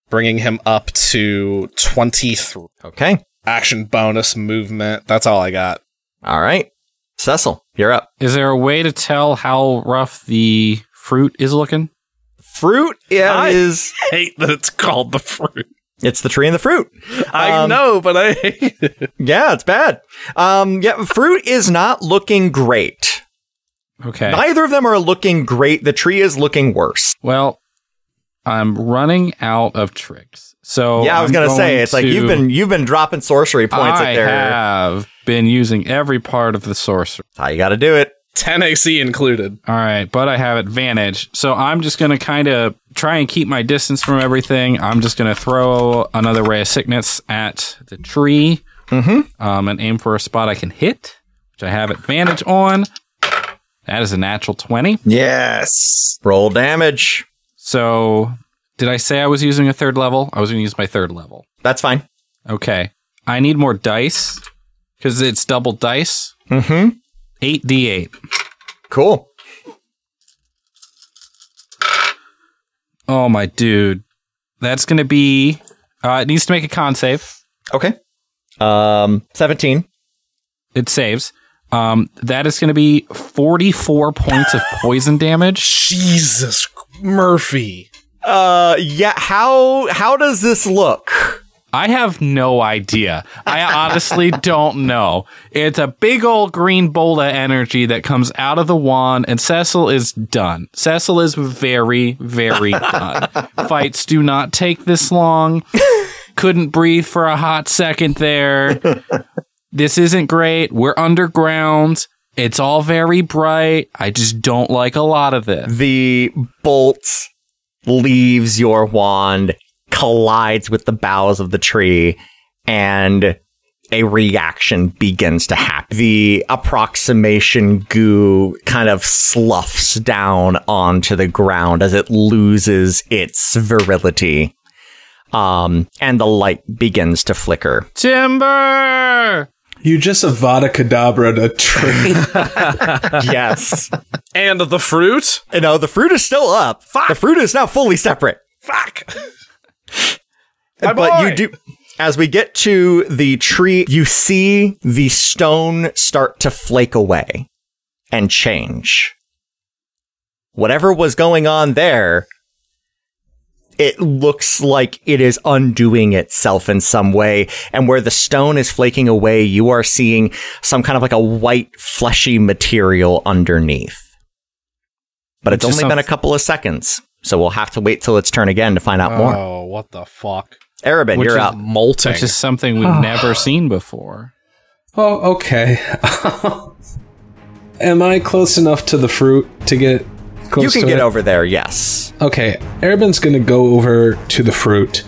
bringing him up to 23.
Okay.
Action bonus movement. That's all I got.
All right. Cecil, you're up.
Is there a way to tell how rough the fruit is looking?
Fruit
Hi.
is
Hate that it's called the fruit.
it's the tree and the fruit.
I
Um,
know, but I hate it.
Yeah, it's bad. Um yeah, fruit is not looking great.
Okay.
Neither of them are looking great. The tree is looking worse.
Well, I'm running out of tricks. So
yeah, I was
Oh, I'm
gonna
going
say it's like
to-
you've been you've been dropping sorcery points
I
at there.
have been using every part of the sorcerer.
That's how you gotta do it.
10 AC included.
All right, but I have advantage. So I'm just going to kind of try and keep my distance from everything. I'm just going to throw another ray of sickness at the tree
Mm-hmm.
um, and aim for a spot I can hit, which I have advantage on. That is a natural 20.
Yes.
Roll damage.
So did I say I was using a third level? I was going to use my third level.
That's fine.
Okay. I need more dice because it's double dice.
Mm-hmm.
8d8.
Cool.
Oh, my dude. That's going to be. Uh, it needs to make a con save.
Okay. Um, 17.
It saves. Um, that is going to be 44 points of poison damage.
Jesus Murphy.
Uh, yeah. How how does this look?
I have no idea. I honestly don't know. It's a big old green bowl of energy that comes out of the wand, and Cecil is done. Cecil is very, very done. Fights do not take this long. Couldn't breathe for a hot second there. This isn't great. We're underground. It's all very bright. I just don't like a lot of this.
The bolt leaves your wand, collides with the boughs of the tree, and a reaction begins to happen. The approximation goo kind of sloughs down onto the ground as it loses its virility. Um, and the light begins to flicker.
Timber!
You just Avada Kedavra a tree.
yes.
And the fruit?
You know, the fruit is still up. The fruit is now fully separate.
Fuck.
but
boy!
you do as we get to the tree, you see the stone start to flake away and change. Whatever was going on there, it looks like it is undoing itself in some way. And where the stone is flaking away, you are seeing some kind of like a white, fleshy material underneath. But it's,
It's just
only been a
some-
couple of seconds, so we'll have to wait till its turn again to find out more.
Oh, what the fuck?
Arabin,
Which
you're
is
up.
Molting.
Which is something we've never seen before.
oh, okay. Am I close enough to the fruit to get close
You
to
can get
it?
over there, yes.
Okay, Arabin's gonna go over to the fruit,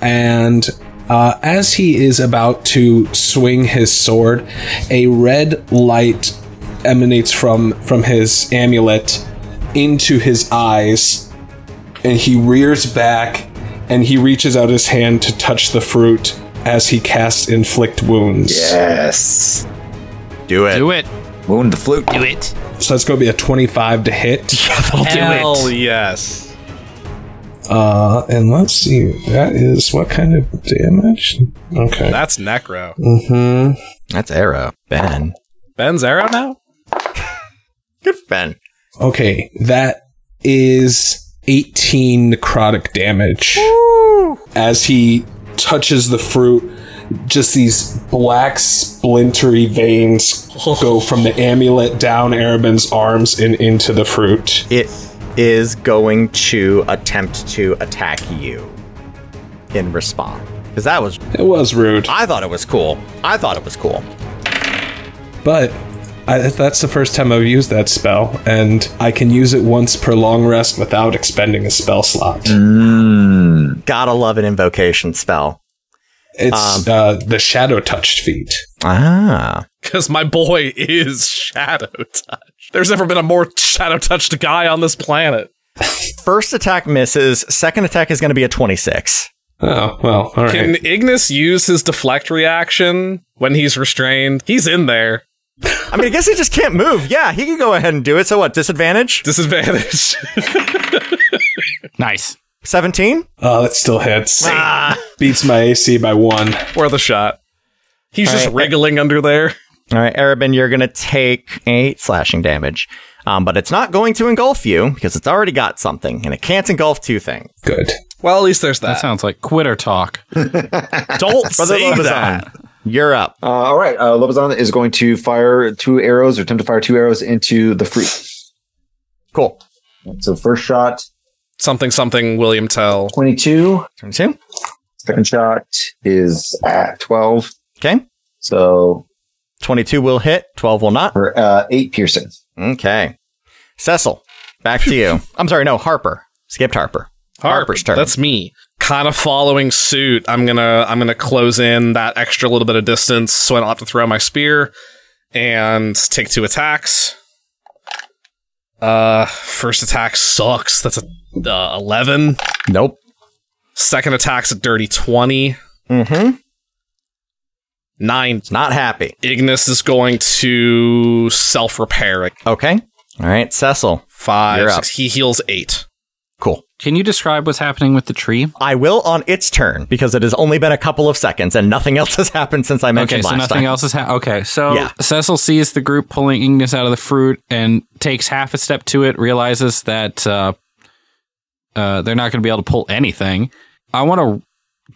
and uh, as he is about to swing his sword, a red light emanates from from his amulet into his eyes, and he rears back and he reaches out his hand to touch the fruit as he casts inflict wounds.
Yes.
Do it.
Do it.
Wound the flute.
Do it.
So that's gonna be a twenty-five to hit,
Hell yes.
uh, and let's see, that is what kind of damage? Okay.
That's Necro.
mm-hmm.
That's arrow. Ben.
Ben's arrow now?
Good for Ben.
Okay, that is 18 necrotic damage. As he touches the fruit, just these black splintery veins go from the amulet down Arabin's arms and into the fruit.
It is going to attempt to attack you in response. Because that was
It was rude,
I thought it was cool. I thought it was cool.
but I, that's the first time I've used that spell, and I can use it once per long rest without expending a spell slot.
Gotta love an invocation spell.
It's uh, the shadow touched feat.
Ah.
Because my boy is Shadow Touch. There's never been a more Shadow Touched guy on this planet.
First attack misses. Second attack is gonna be a 26.
Oh, well, all right.
Can Ignis use his deflect reaction when he's restrained? He's in there.
I mean, I guess he just can't move. Yeah, he can go ahead and do it. So what? Disadvantage?
Disadvantage.
Nice.
17?
Oh, that still hits.
Ah.
Beats my AC by one.
Worth a shot. He's just
right.
wriggling under there.
All right, Arabin, you're going to take eight slashing damage, um, but it's not going to engulf you because it's already got something, and it can't engulf two things.
Good.
Well, at least there's
That
that.
sounds like quitter talk.
Don't
Brother
say that.
Lobazon, you're up.
Uh, all right. Uh, Lobazon is going to fire two arrows or attempt to fire two arrows into the fruit.
Cool.
So first shot,
Something, something, William Tell.
22.
Turn two.
Second shot is at 12.
Okay.
So
22 will hit, 12 will not.
for uh, eight piercing.
Okay. Cecil, back to you. I'm sorry, no, Harper. Skipped Harper. Harper's turn.
That's me. Kind of following suit. I'm gonna I'm gonna close in that extra little bit of distance so I don't have to throw my spear and take two attacks. Uh, first attack sucks. That's a uh, eleven.
Nope.
Second attack's a dirty twenty. Nine.
Mm-hmm. Not happy.
Ignis is going to self repair at
Okay. All right, Cecil. You're
five.
up.
Six. He heals eight.
Cool.
Can you describe what's happening with the tree?
I will on its turn because it has only been a couple of seconds and nothing else has happened since I mentioned
Okay, so
last
nothing
time.
else is ha- okay. So
Yeah.
Cecil sees the group pulling Ignis out of the fruit and takes half a step to it, realizes that uh, uh, they're not going to be able to pull anything. I want to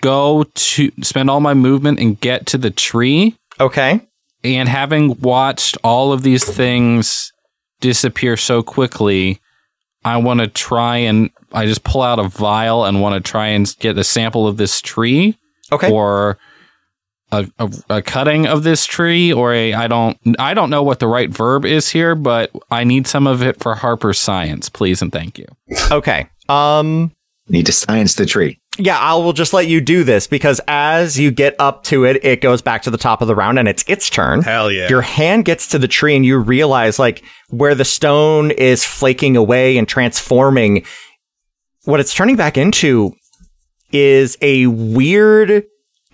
go to spend all my movement and get to the tree.
Okay.
And having watched all of these things disappear so quickly, I want to try and I just pull out a vial and want to try and get a sample of this tree
Okay.
or a, a, a cutting of this tree or a I don't I don't know what the right verb is here, but I need some of it for Harper's Science, please and thank you.
okay. Um
Need to science the tree.
yeah, I will just let you do this because as you get up to it, it goes back to the top of the round and it's its turn.
Hell yeah.
Your hand gets to the tree and you realize like where the stone is flaking away and transforming what it's turning back into is a weird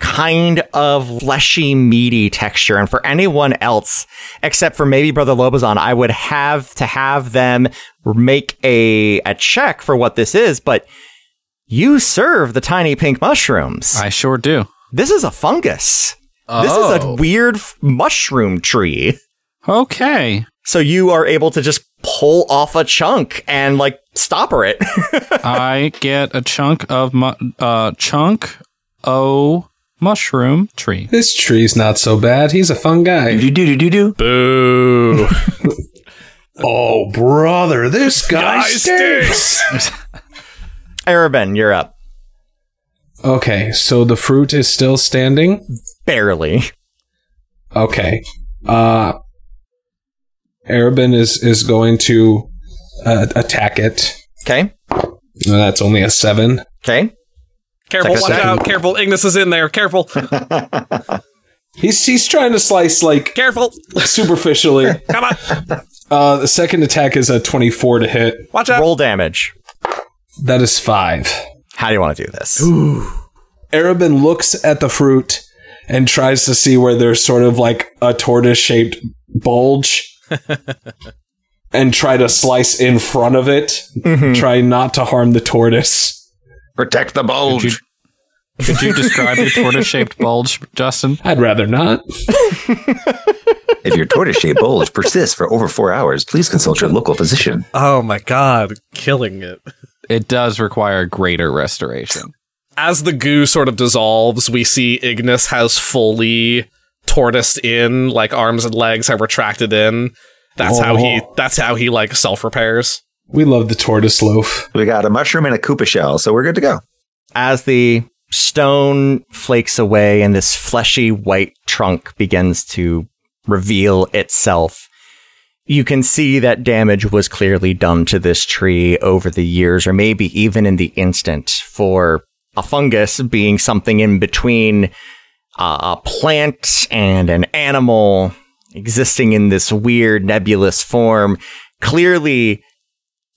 kind of fleshy meaty texture and for anyone else except for maybe brother lobazon i would have to have them make a a check for what this is but you serve the tiny pink mushrooms
I sure do.
this is a fungus this is a
Oh.
weird f- mushroom tree
Okay.
so you are able to just pull off a chunk and like stopper it
I get a chunk of mu- uh chunk o mushroom tree.
This tree's not so bad. He's a fun guy.
Do do do do do.
Boo.
Oh, brother, this guy stinks.
Arabin, you're up.
Okay, so the fruit is still standing.
Barely.
Okay. Uh Arabin is is going to uh, attack it.
Okay.
No, that's only a 7.
Okay.
Careful,
Take a
watch
second.
out. Careful. Ignis is in there. Careful.
He's he's trying to slice like
Careful.
superficially.
Come on.
Uh the second attack is a 24 to hit.
Watch out.
Roll damage.
That is 5.
How do you want to do this?
Arabin looks at the fruit and tries to see where there's sort of like a tortoise shaped bulge and try to slice in front of it.
Mm-hmm.
Try not to harm the tortoise.
Protect the
Could
bulge.
you, could you describe your tortoise shaped bulge, Justin?
I'd rather not.
if your tortoise shaped bulge persists for over four hours, please consult your local physician.
Oh my god. Killing it.
It does require greater restoration.
as the goo sort of dissolves, we see Ignis has fully tortoised in, like arms and legs have retracted in. That's how he. That's how he like self repairs.
We love the tortoise loaf.
We got a mushroom and a Koopa shell, so we're good to go.
As the stone flakes away and this fleshy white trunk begins to reveal itself, you can see that damage was clearly done to this tree over the years, or maybe even in the instant, for a fungus being something in between uh, a plant and an animal existing in this weird nebulous form. Clearly,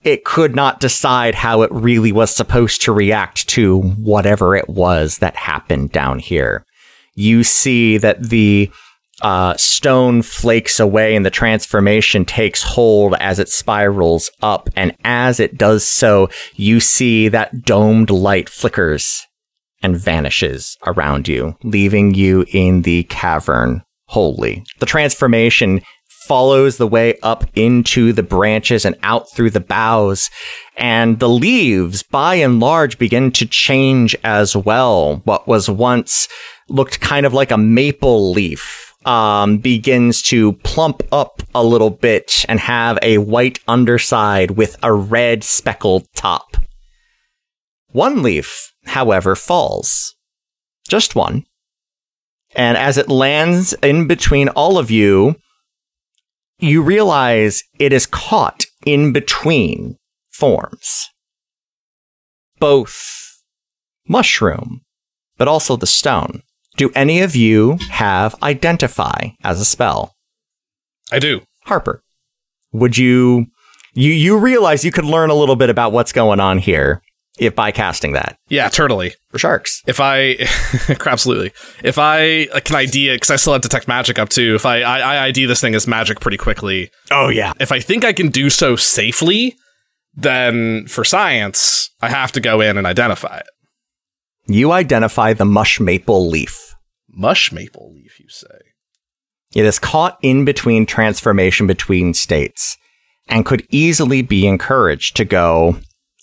it could not decide how it really was supposed to react to whatever it was that happened down here. You see that the uh, stone flakes away and the transformation takes hold as it spirals up. And as it does so, you see that domed light flickers and vanishes around you, leaving you in the cavern wholly. The transformation follows the way up into the branches and out through the boughs, and the leaves, by and large, begin to change as well. What was once looked kind of like a maple leaf um, begins to plump up a little bit and have a white underside with a red speckled top. One leaf, however, falls. Just one. And as it lands in between all of you, you realize it is caught in between forms. Both mushroom, but also the stone. Do any of you have identify as a spell?
I do.
Harper, would you you you realize you could learn a little bit about what's going on here if by casting that
Yeah, totally.
for sharks.
If I, absolutely. If I uh, can ID it, because I still have detect magic up too. If I, I, I ID this thing as magic pretty quickly,
Oh yeah,
if I think I can do so safely, then for science, I have to go in and identify it.
you identify the mush maple leaf.
Mush maple leaf, you say?
It is caught in between transformation between states and could easily be encouraged to go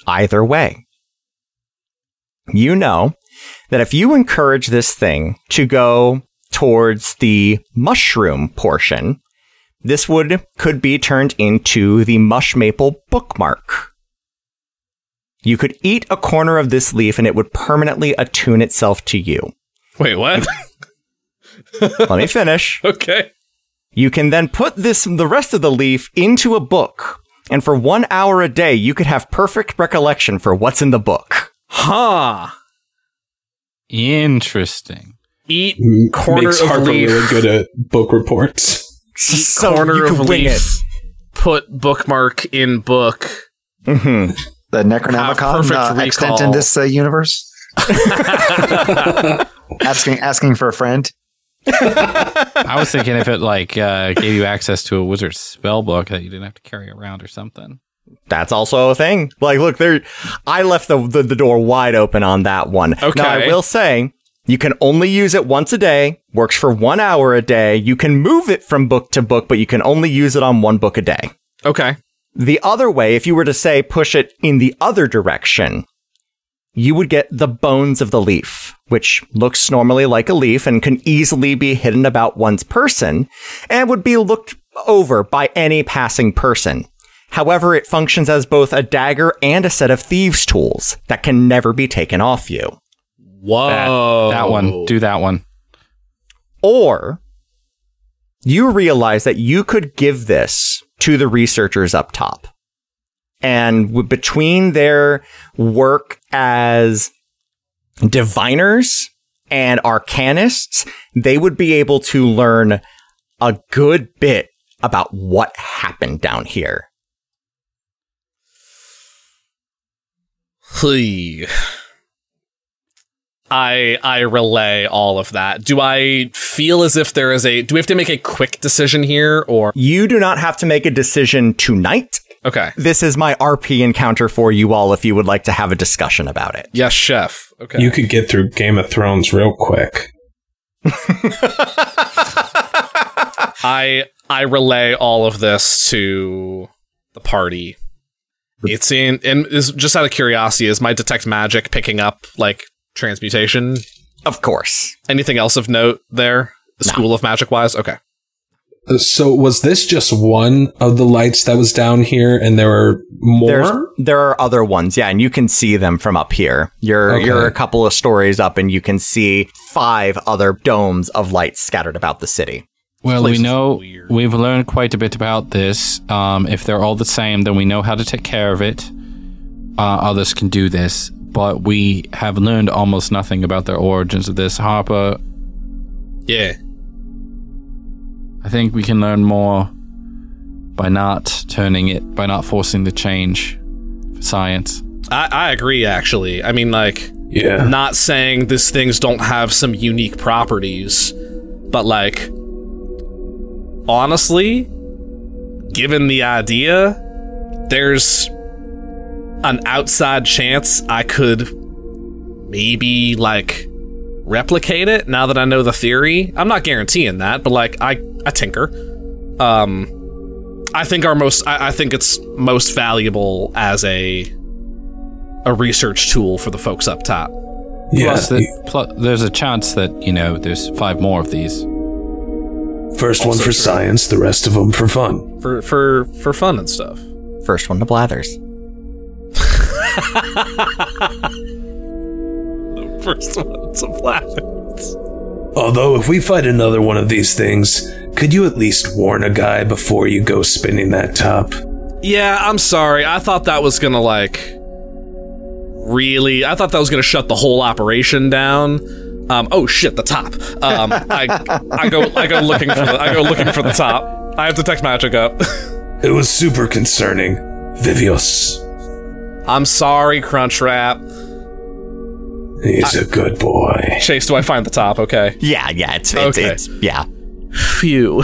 either way. You know that if you encourage this thing to go towards the mushroom portion, this would could be turned into the mush maple bookmark. You could eat a corner of this leaf and it would permanently attune itself to you.
Wait, what?
Let me finish.
okay.
You can then put this the rest of the leaf into a book, and for one hour a day, you could have perfect recollection for what's in the book.
Huh.
Interesting.
Eat
M-
corner
makes
of
Harper
leaf.
really good at book reports.
eat
So
corner
you
of
could wing
leaf. Put bookmark in book.
It. Mhm.
The
Have
Necronomicon
Ah, perfect
uh, extent
recall.
in this uh, universe. asking asking for a friend.
I was thinking if it like uh, gave you access to a wizard's spell book that you didn't have to carry around or something.
That's also a thing. Like, look, there. I left the, the the door wide open on that one.
Okay.
Now I will say. You can only use it once a day, works for one hour a day. You can move it from book to book, but you can only use it on one book a day.
Okay.
The other way, if you were to say push it in the other direction, you would get the bones of the leaf, which looks normally like a leaf and can easily be hidden about one's person and would be looked over by any passing person. However, it functions as both a dagger and a set of thieves' tools that can never be taken off you.
That,
Whoa.
that
Oh.
one. Do that one.
Or you realize that you could give this to the researchers up top. And w- between their work as diviners and arcanists, they would be able to learn a good bit about what happened down here.
Hey. I I relay all of that. Do I feel as if there is a do we have to make a quick decision here or
You do not have to make a decision tonight.
Okay.
This is my RP encounter for you all if you would like to have a discussion about it.
Yes, chef. Okay.
You could get through Game of Thrones real quick.
I I relay all of this to the party. It's in and is just out of curiosity, is my detect magic picking up like transmutation?
Of course.
Anything else of note there? The school of magic wise? Okay.
Uh, So was this just one of the lights that was down here, and there were more?
There's, there are other ones, yeah, and you can see them from up here. You're
Okay.
you're a couple of stories up, and you can see five other domes of light scattered about the city.
Well,
place
we
is
know
weird.
we've learned quite a bit about this. Um, if they're all the same, then we know how to take care of it. Uh, others can do this, but we have learned almost nothing about the origins of this. Harper,
Yeah.
I think we can learn more by not turning it, by not forcing the change for science.
I, I agree actually. I mean like
yeah.
not saying these things don't have some unique properties, but like, honestly, given the idea, there's an outside chance I could maybe like replicate it now that I know the theory. I'm not guaranteeing that, but like I I tinker. Um I think our most I, I think it's most valuable as a a research tool for the folks up top.
yeah.
Plus, the, plus, there's a chance that you know there's five more of these.
First one for science, the rest of them for fun.
for for for fun and stuff.
First one to Blathers.
The first one's a Blathers.
Although, if we fight another one of these things, could you at least warn a guy before you go spinning that top?
Yeah, I'm sorry. I thought that was gonna like really. I thought that was gonna shut the whole operation down. Um, oh shit, the top. Um, I I go I go looking for the, I go looking for the top. I have to text magic up.
It was super concerning. Vivios.
I'm sorry, Crunchwrap.
He's a good boy.
Chase, do I find the top? Okay.
Yeah, yeah, it's it's,
Okay.
it's yeah.
Phew.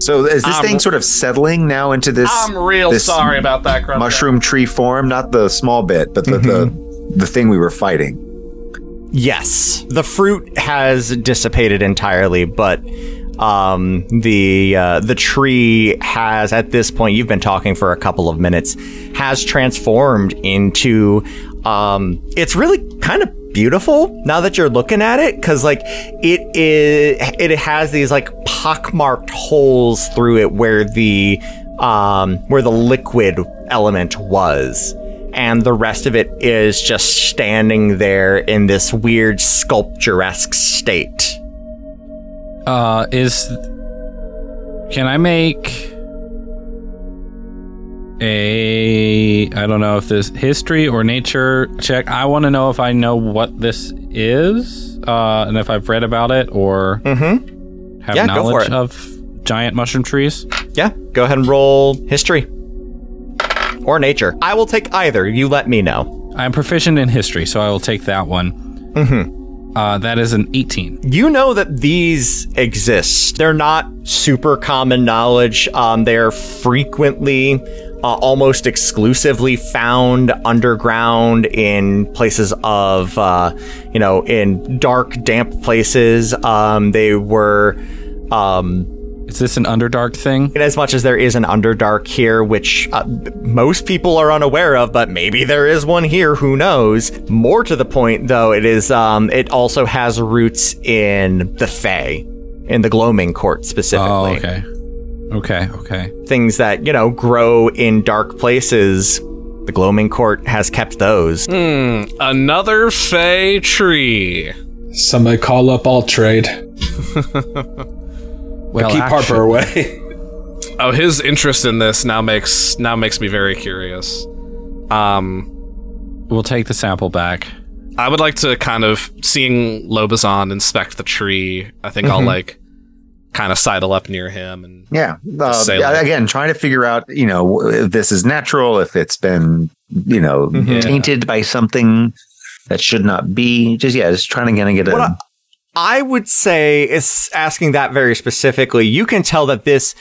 So is this
I'm-
thing sort of settling now into this
I'm real
this
sorry about that, Crunchwrap.
mushroom tree form? Not the small bit, but the, the the thing we were fighting.
Yes, the fruit has dissipated entirely, but um, the uh, the tree has at this point you've been talking for a couple of minutes has transformed into um, it's really kind of beautiful now that you're looking at it because like it is it has these like pockmarked holes through it where the um, where the liquid element was and the rest of it is just standing there in this weird sculpturesque state.
Uh, is can I make a I don't know if this history or nature check. I want to know if I know what this is uh, and if I've read about it or have
Mm-hmm. Yeah, go for
knowledge
it.
of giant mushroom trees.
Yeah, go ahead and roll history or nature. I will take either. You let me know.
I'm proficient in history, so I will take that one. Mm-hmm. Uh, that is an 18.
You know that these exist. They're not super common knowledge. Um, they're frequently, uh, almost exclusively found underground in places of, uh, you know, in dark, damp places. Um, they were. Um,
Is this an Underdark thing?
in as much as there is an Underdark here, which uh, most people are unaware of, but maybe there is one here. Who knows? More to the point, though, it is. Um, it also has roots in the Fae, in the Gloaming Court specifically.
Oh, okay. Okay, okay.
Things that you know grow in dark places. The Gloaming Court has kept those.
Another Fey tree.
Somebody uh, call up all trade.
Well,
Keep
actu-
Harper away.
Oh, his interest in this now makes now makes me very curious. Um,
We'll take the sample back.
I would like to kind of seeing Lobazon inspect the tree. I think I'll like kind of sidle up near him and
Yeah. Uh,
Say like-
again, trying to figure out you know if this is natural, if it's been you know tainted by something that should not be. Just yeah, just trying to get, get a
What I- I would say it's asking that very specifically. You can tell that this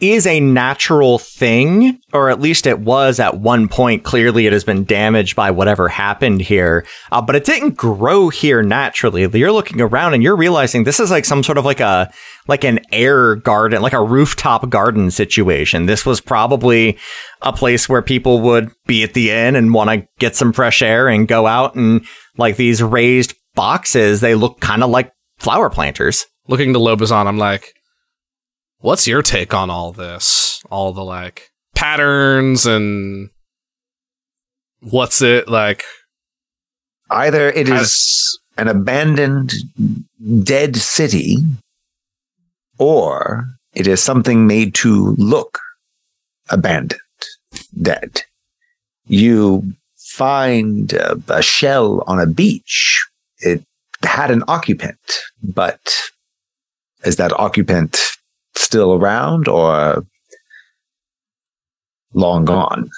is a natural thing, or at least it was at one point. Clearly, it has been damaged by whatever happened here, uh, but it didn't grow here naturally. You're looking around and you're realizing this is like some sort of like a like an air garden, like a rooftop garden situation. This was probably a place where people would be at the inn and want to get some fresh air and go out and like these raised boxes, they look kind of like flower planters.
looking to Lobazon, I'm like, what's your take on all this? All the like patterns and what's it like?
Either it
I-
is an abandoned dead city, or it is something made to look abandoned, dead. You find a, a shell on a beach. It had an occupant, but is that occupant still around or long gone?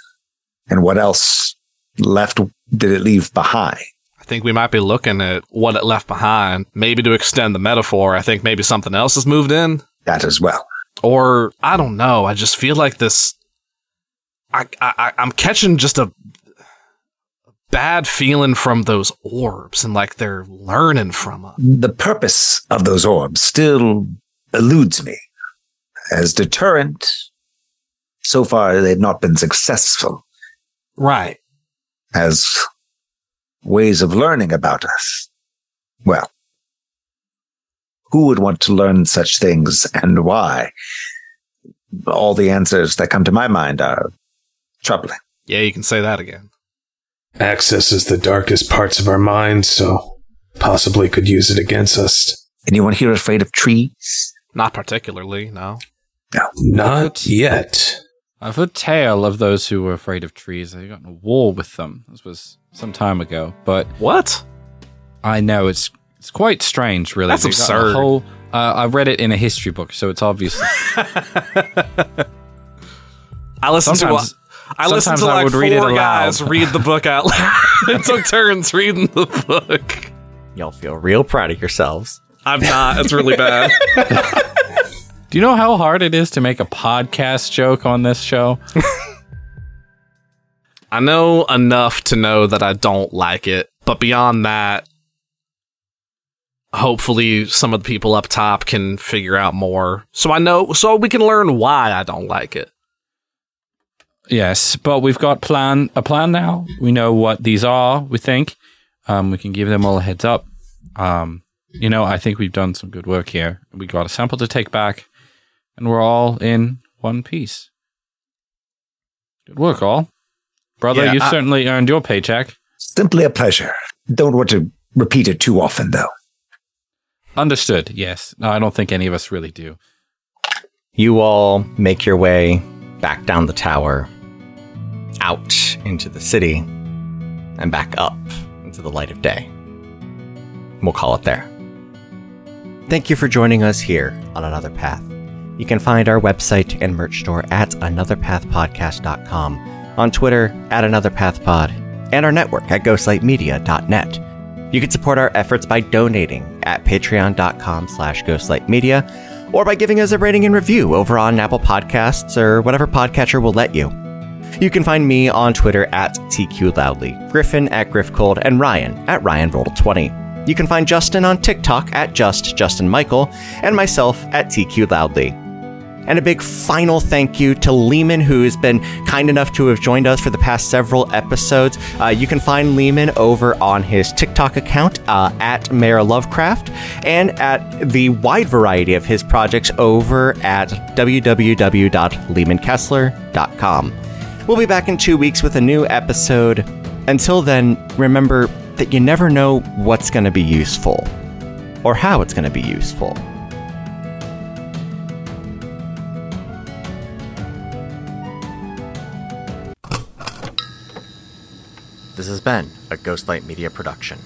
And what else left did it leave behind?
I think we might be looking at what it left behind. Maybe to extend the metaphor, I think maybe something else has moved in.
that as well.
Or I don't know. I just feel like this. I, I I- I'm catching just a bad feeling from those orbs, and like they're learning from us.
The purpose of those orbs still eludes me. As deterrent, so far they've not been successful
Right.
as ways of learning about us. Well, who would want to learn such things and why? All the answers that come to my mind are troubling.
Yeah, you can say that again.
Accesses the darkest parts of our minds, so possibly could use it against us.
Anyone here afraid of trees?
Not particularly. No.
Not yet.
I've heard tale of those who were afraid of trees. They got in a war with them. This was some time ago, but
What?
I know it's it's quite strange, really.
That's
They got in a
absurd.
Whole, uh, I read it in a history book, so it's obvious.
I listened
Sometimes
to I listened
Sometimes
to
I
like
would
four
read it aloud.
guys read the book out loud. it took turns reading the book.
Y'all feel real proud of yourselves.
I'm not. It's really bad.
Do you know how hard it is to make a podcast joke on this show?
I know enough to know that I don't like it, but beyond that, hopefully some of the people up top can figure out more. So I know, so we can learn why I don't like it.
Yes, but we've got plan a plan now. We know what these are. We think um, we can give them all a heads up. Um, you know, I think we've done some good work here. We got a sample to take back, and we're all in one piece. Good work, all, brother.
Yeah,
you've
I-
certainly earned your paycheck.
Simply a pleasure. Don't want to repeat it too often, though.
Understood. Yes. No, I don't think any of us really do.
You all make your way back down the tower, out into the city, and back up into the light of day. We'll call it there. Thank you for joining us here on Another Path. You can find our website and merch store at anotherpathpodcast.com, on Twitter at anotherpathpod, and our network at ghostlightmedia.net. You can support our efforts by donating at patreon.com slash ghostlightmedia or by giving us a rating and review over on Apple Podcasts or whatever podcatcher will let you. You can find me on Twitter at TQLoudly, Griffin at GriffCold, and Ryan at RyanRoll20. You can find Justin on TikTok at just Justin Michael, and myself at TQLoudly. And a big final thank you to Lehman, who has been kind enough to have joined us for the past several episodes. Uh, you can find Lehman over on his TikTok account uh, at Mayor Lovecraft and at the wide variety of his projects over at www.lehmankessler.com. We'll be back in two weeks with a new episode. Until then, remember that you never know what's going to be useful or how it's going to be useful. This has been a Ghostlight Media production.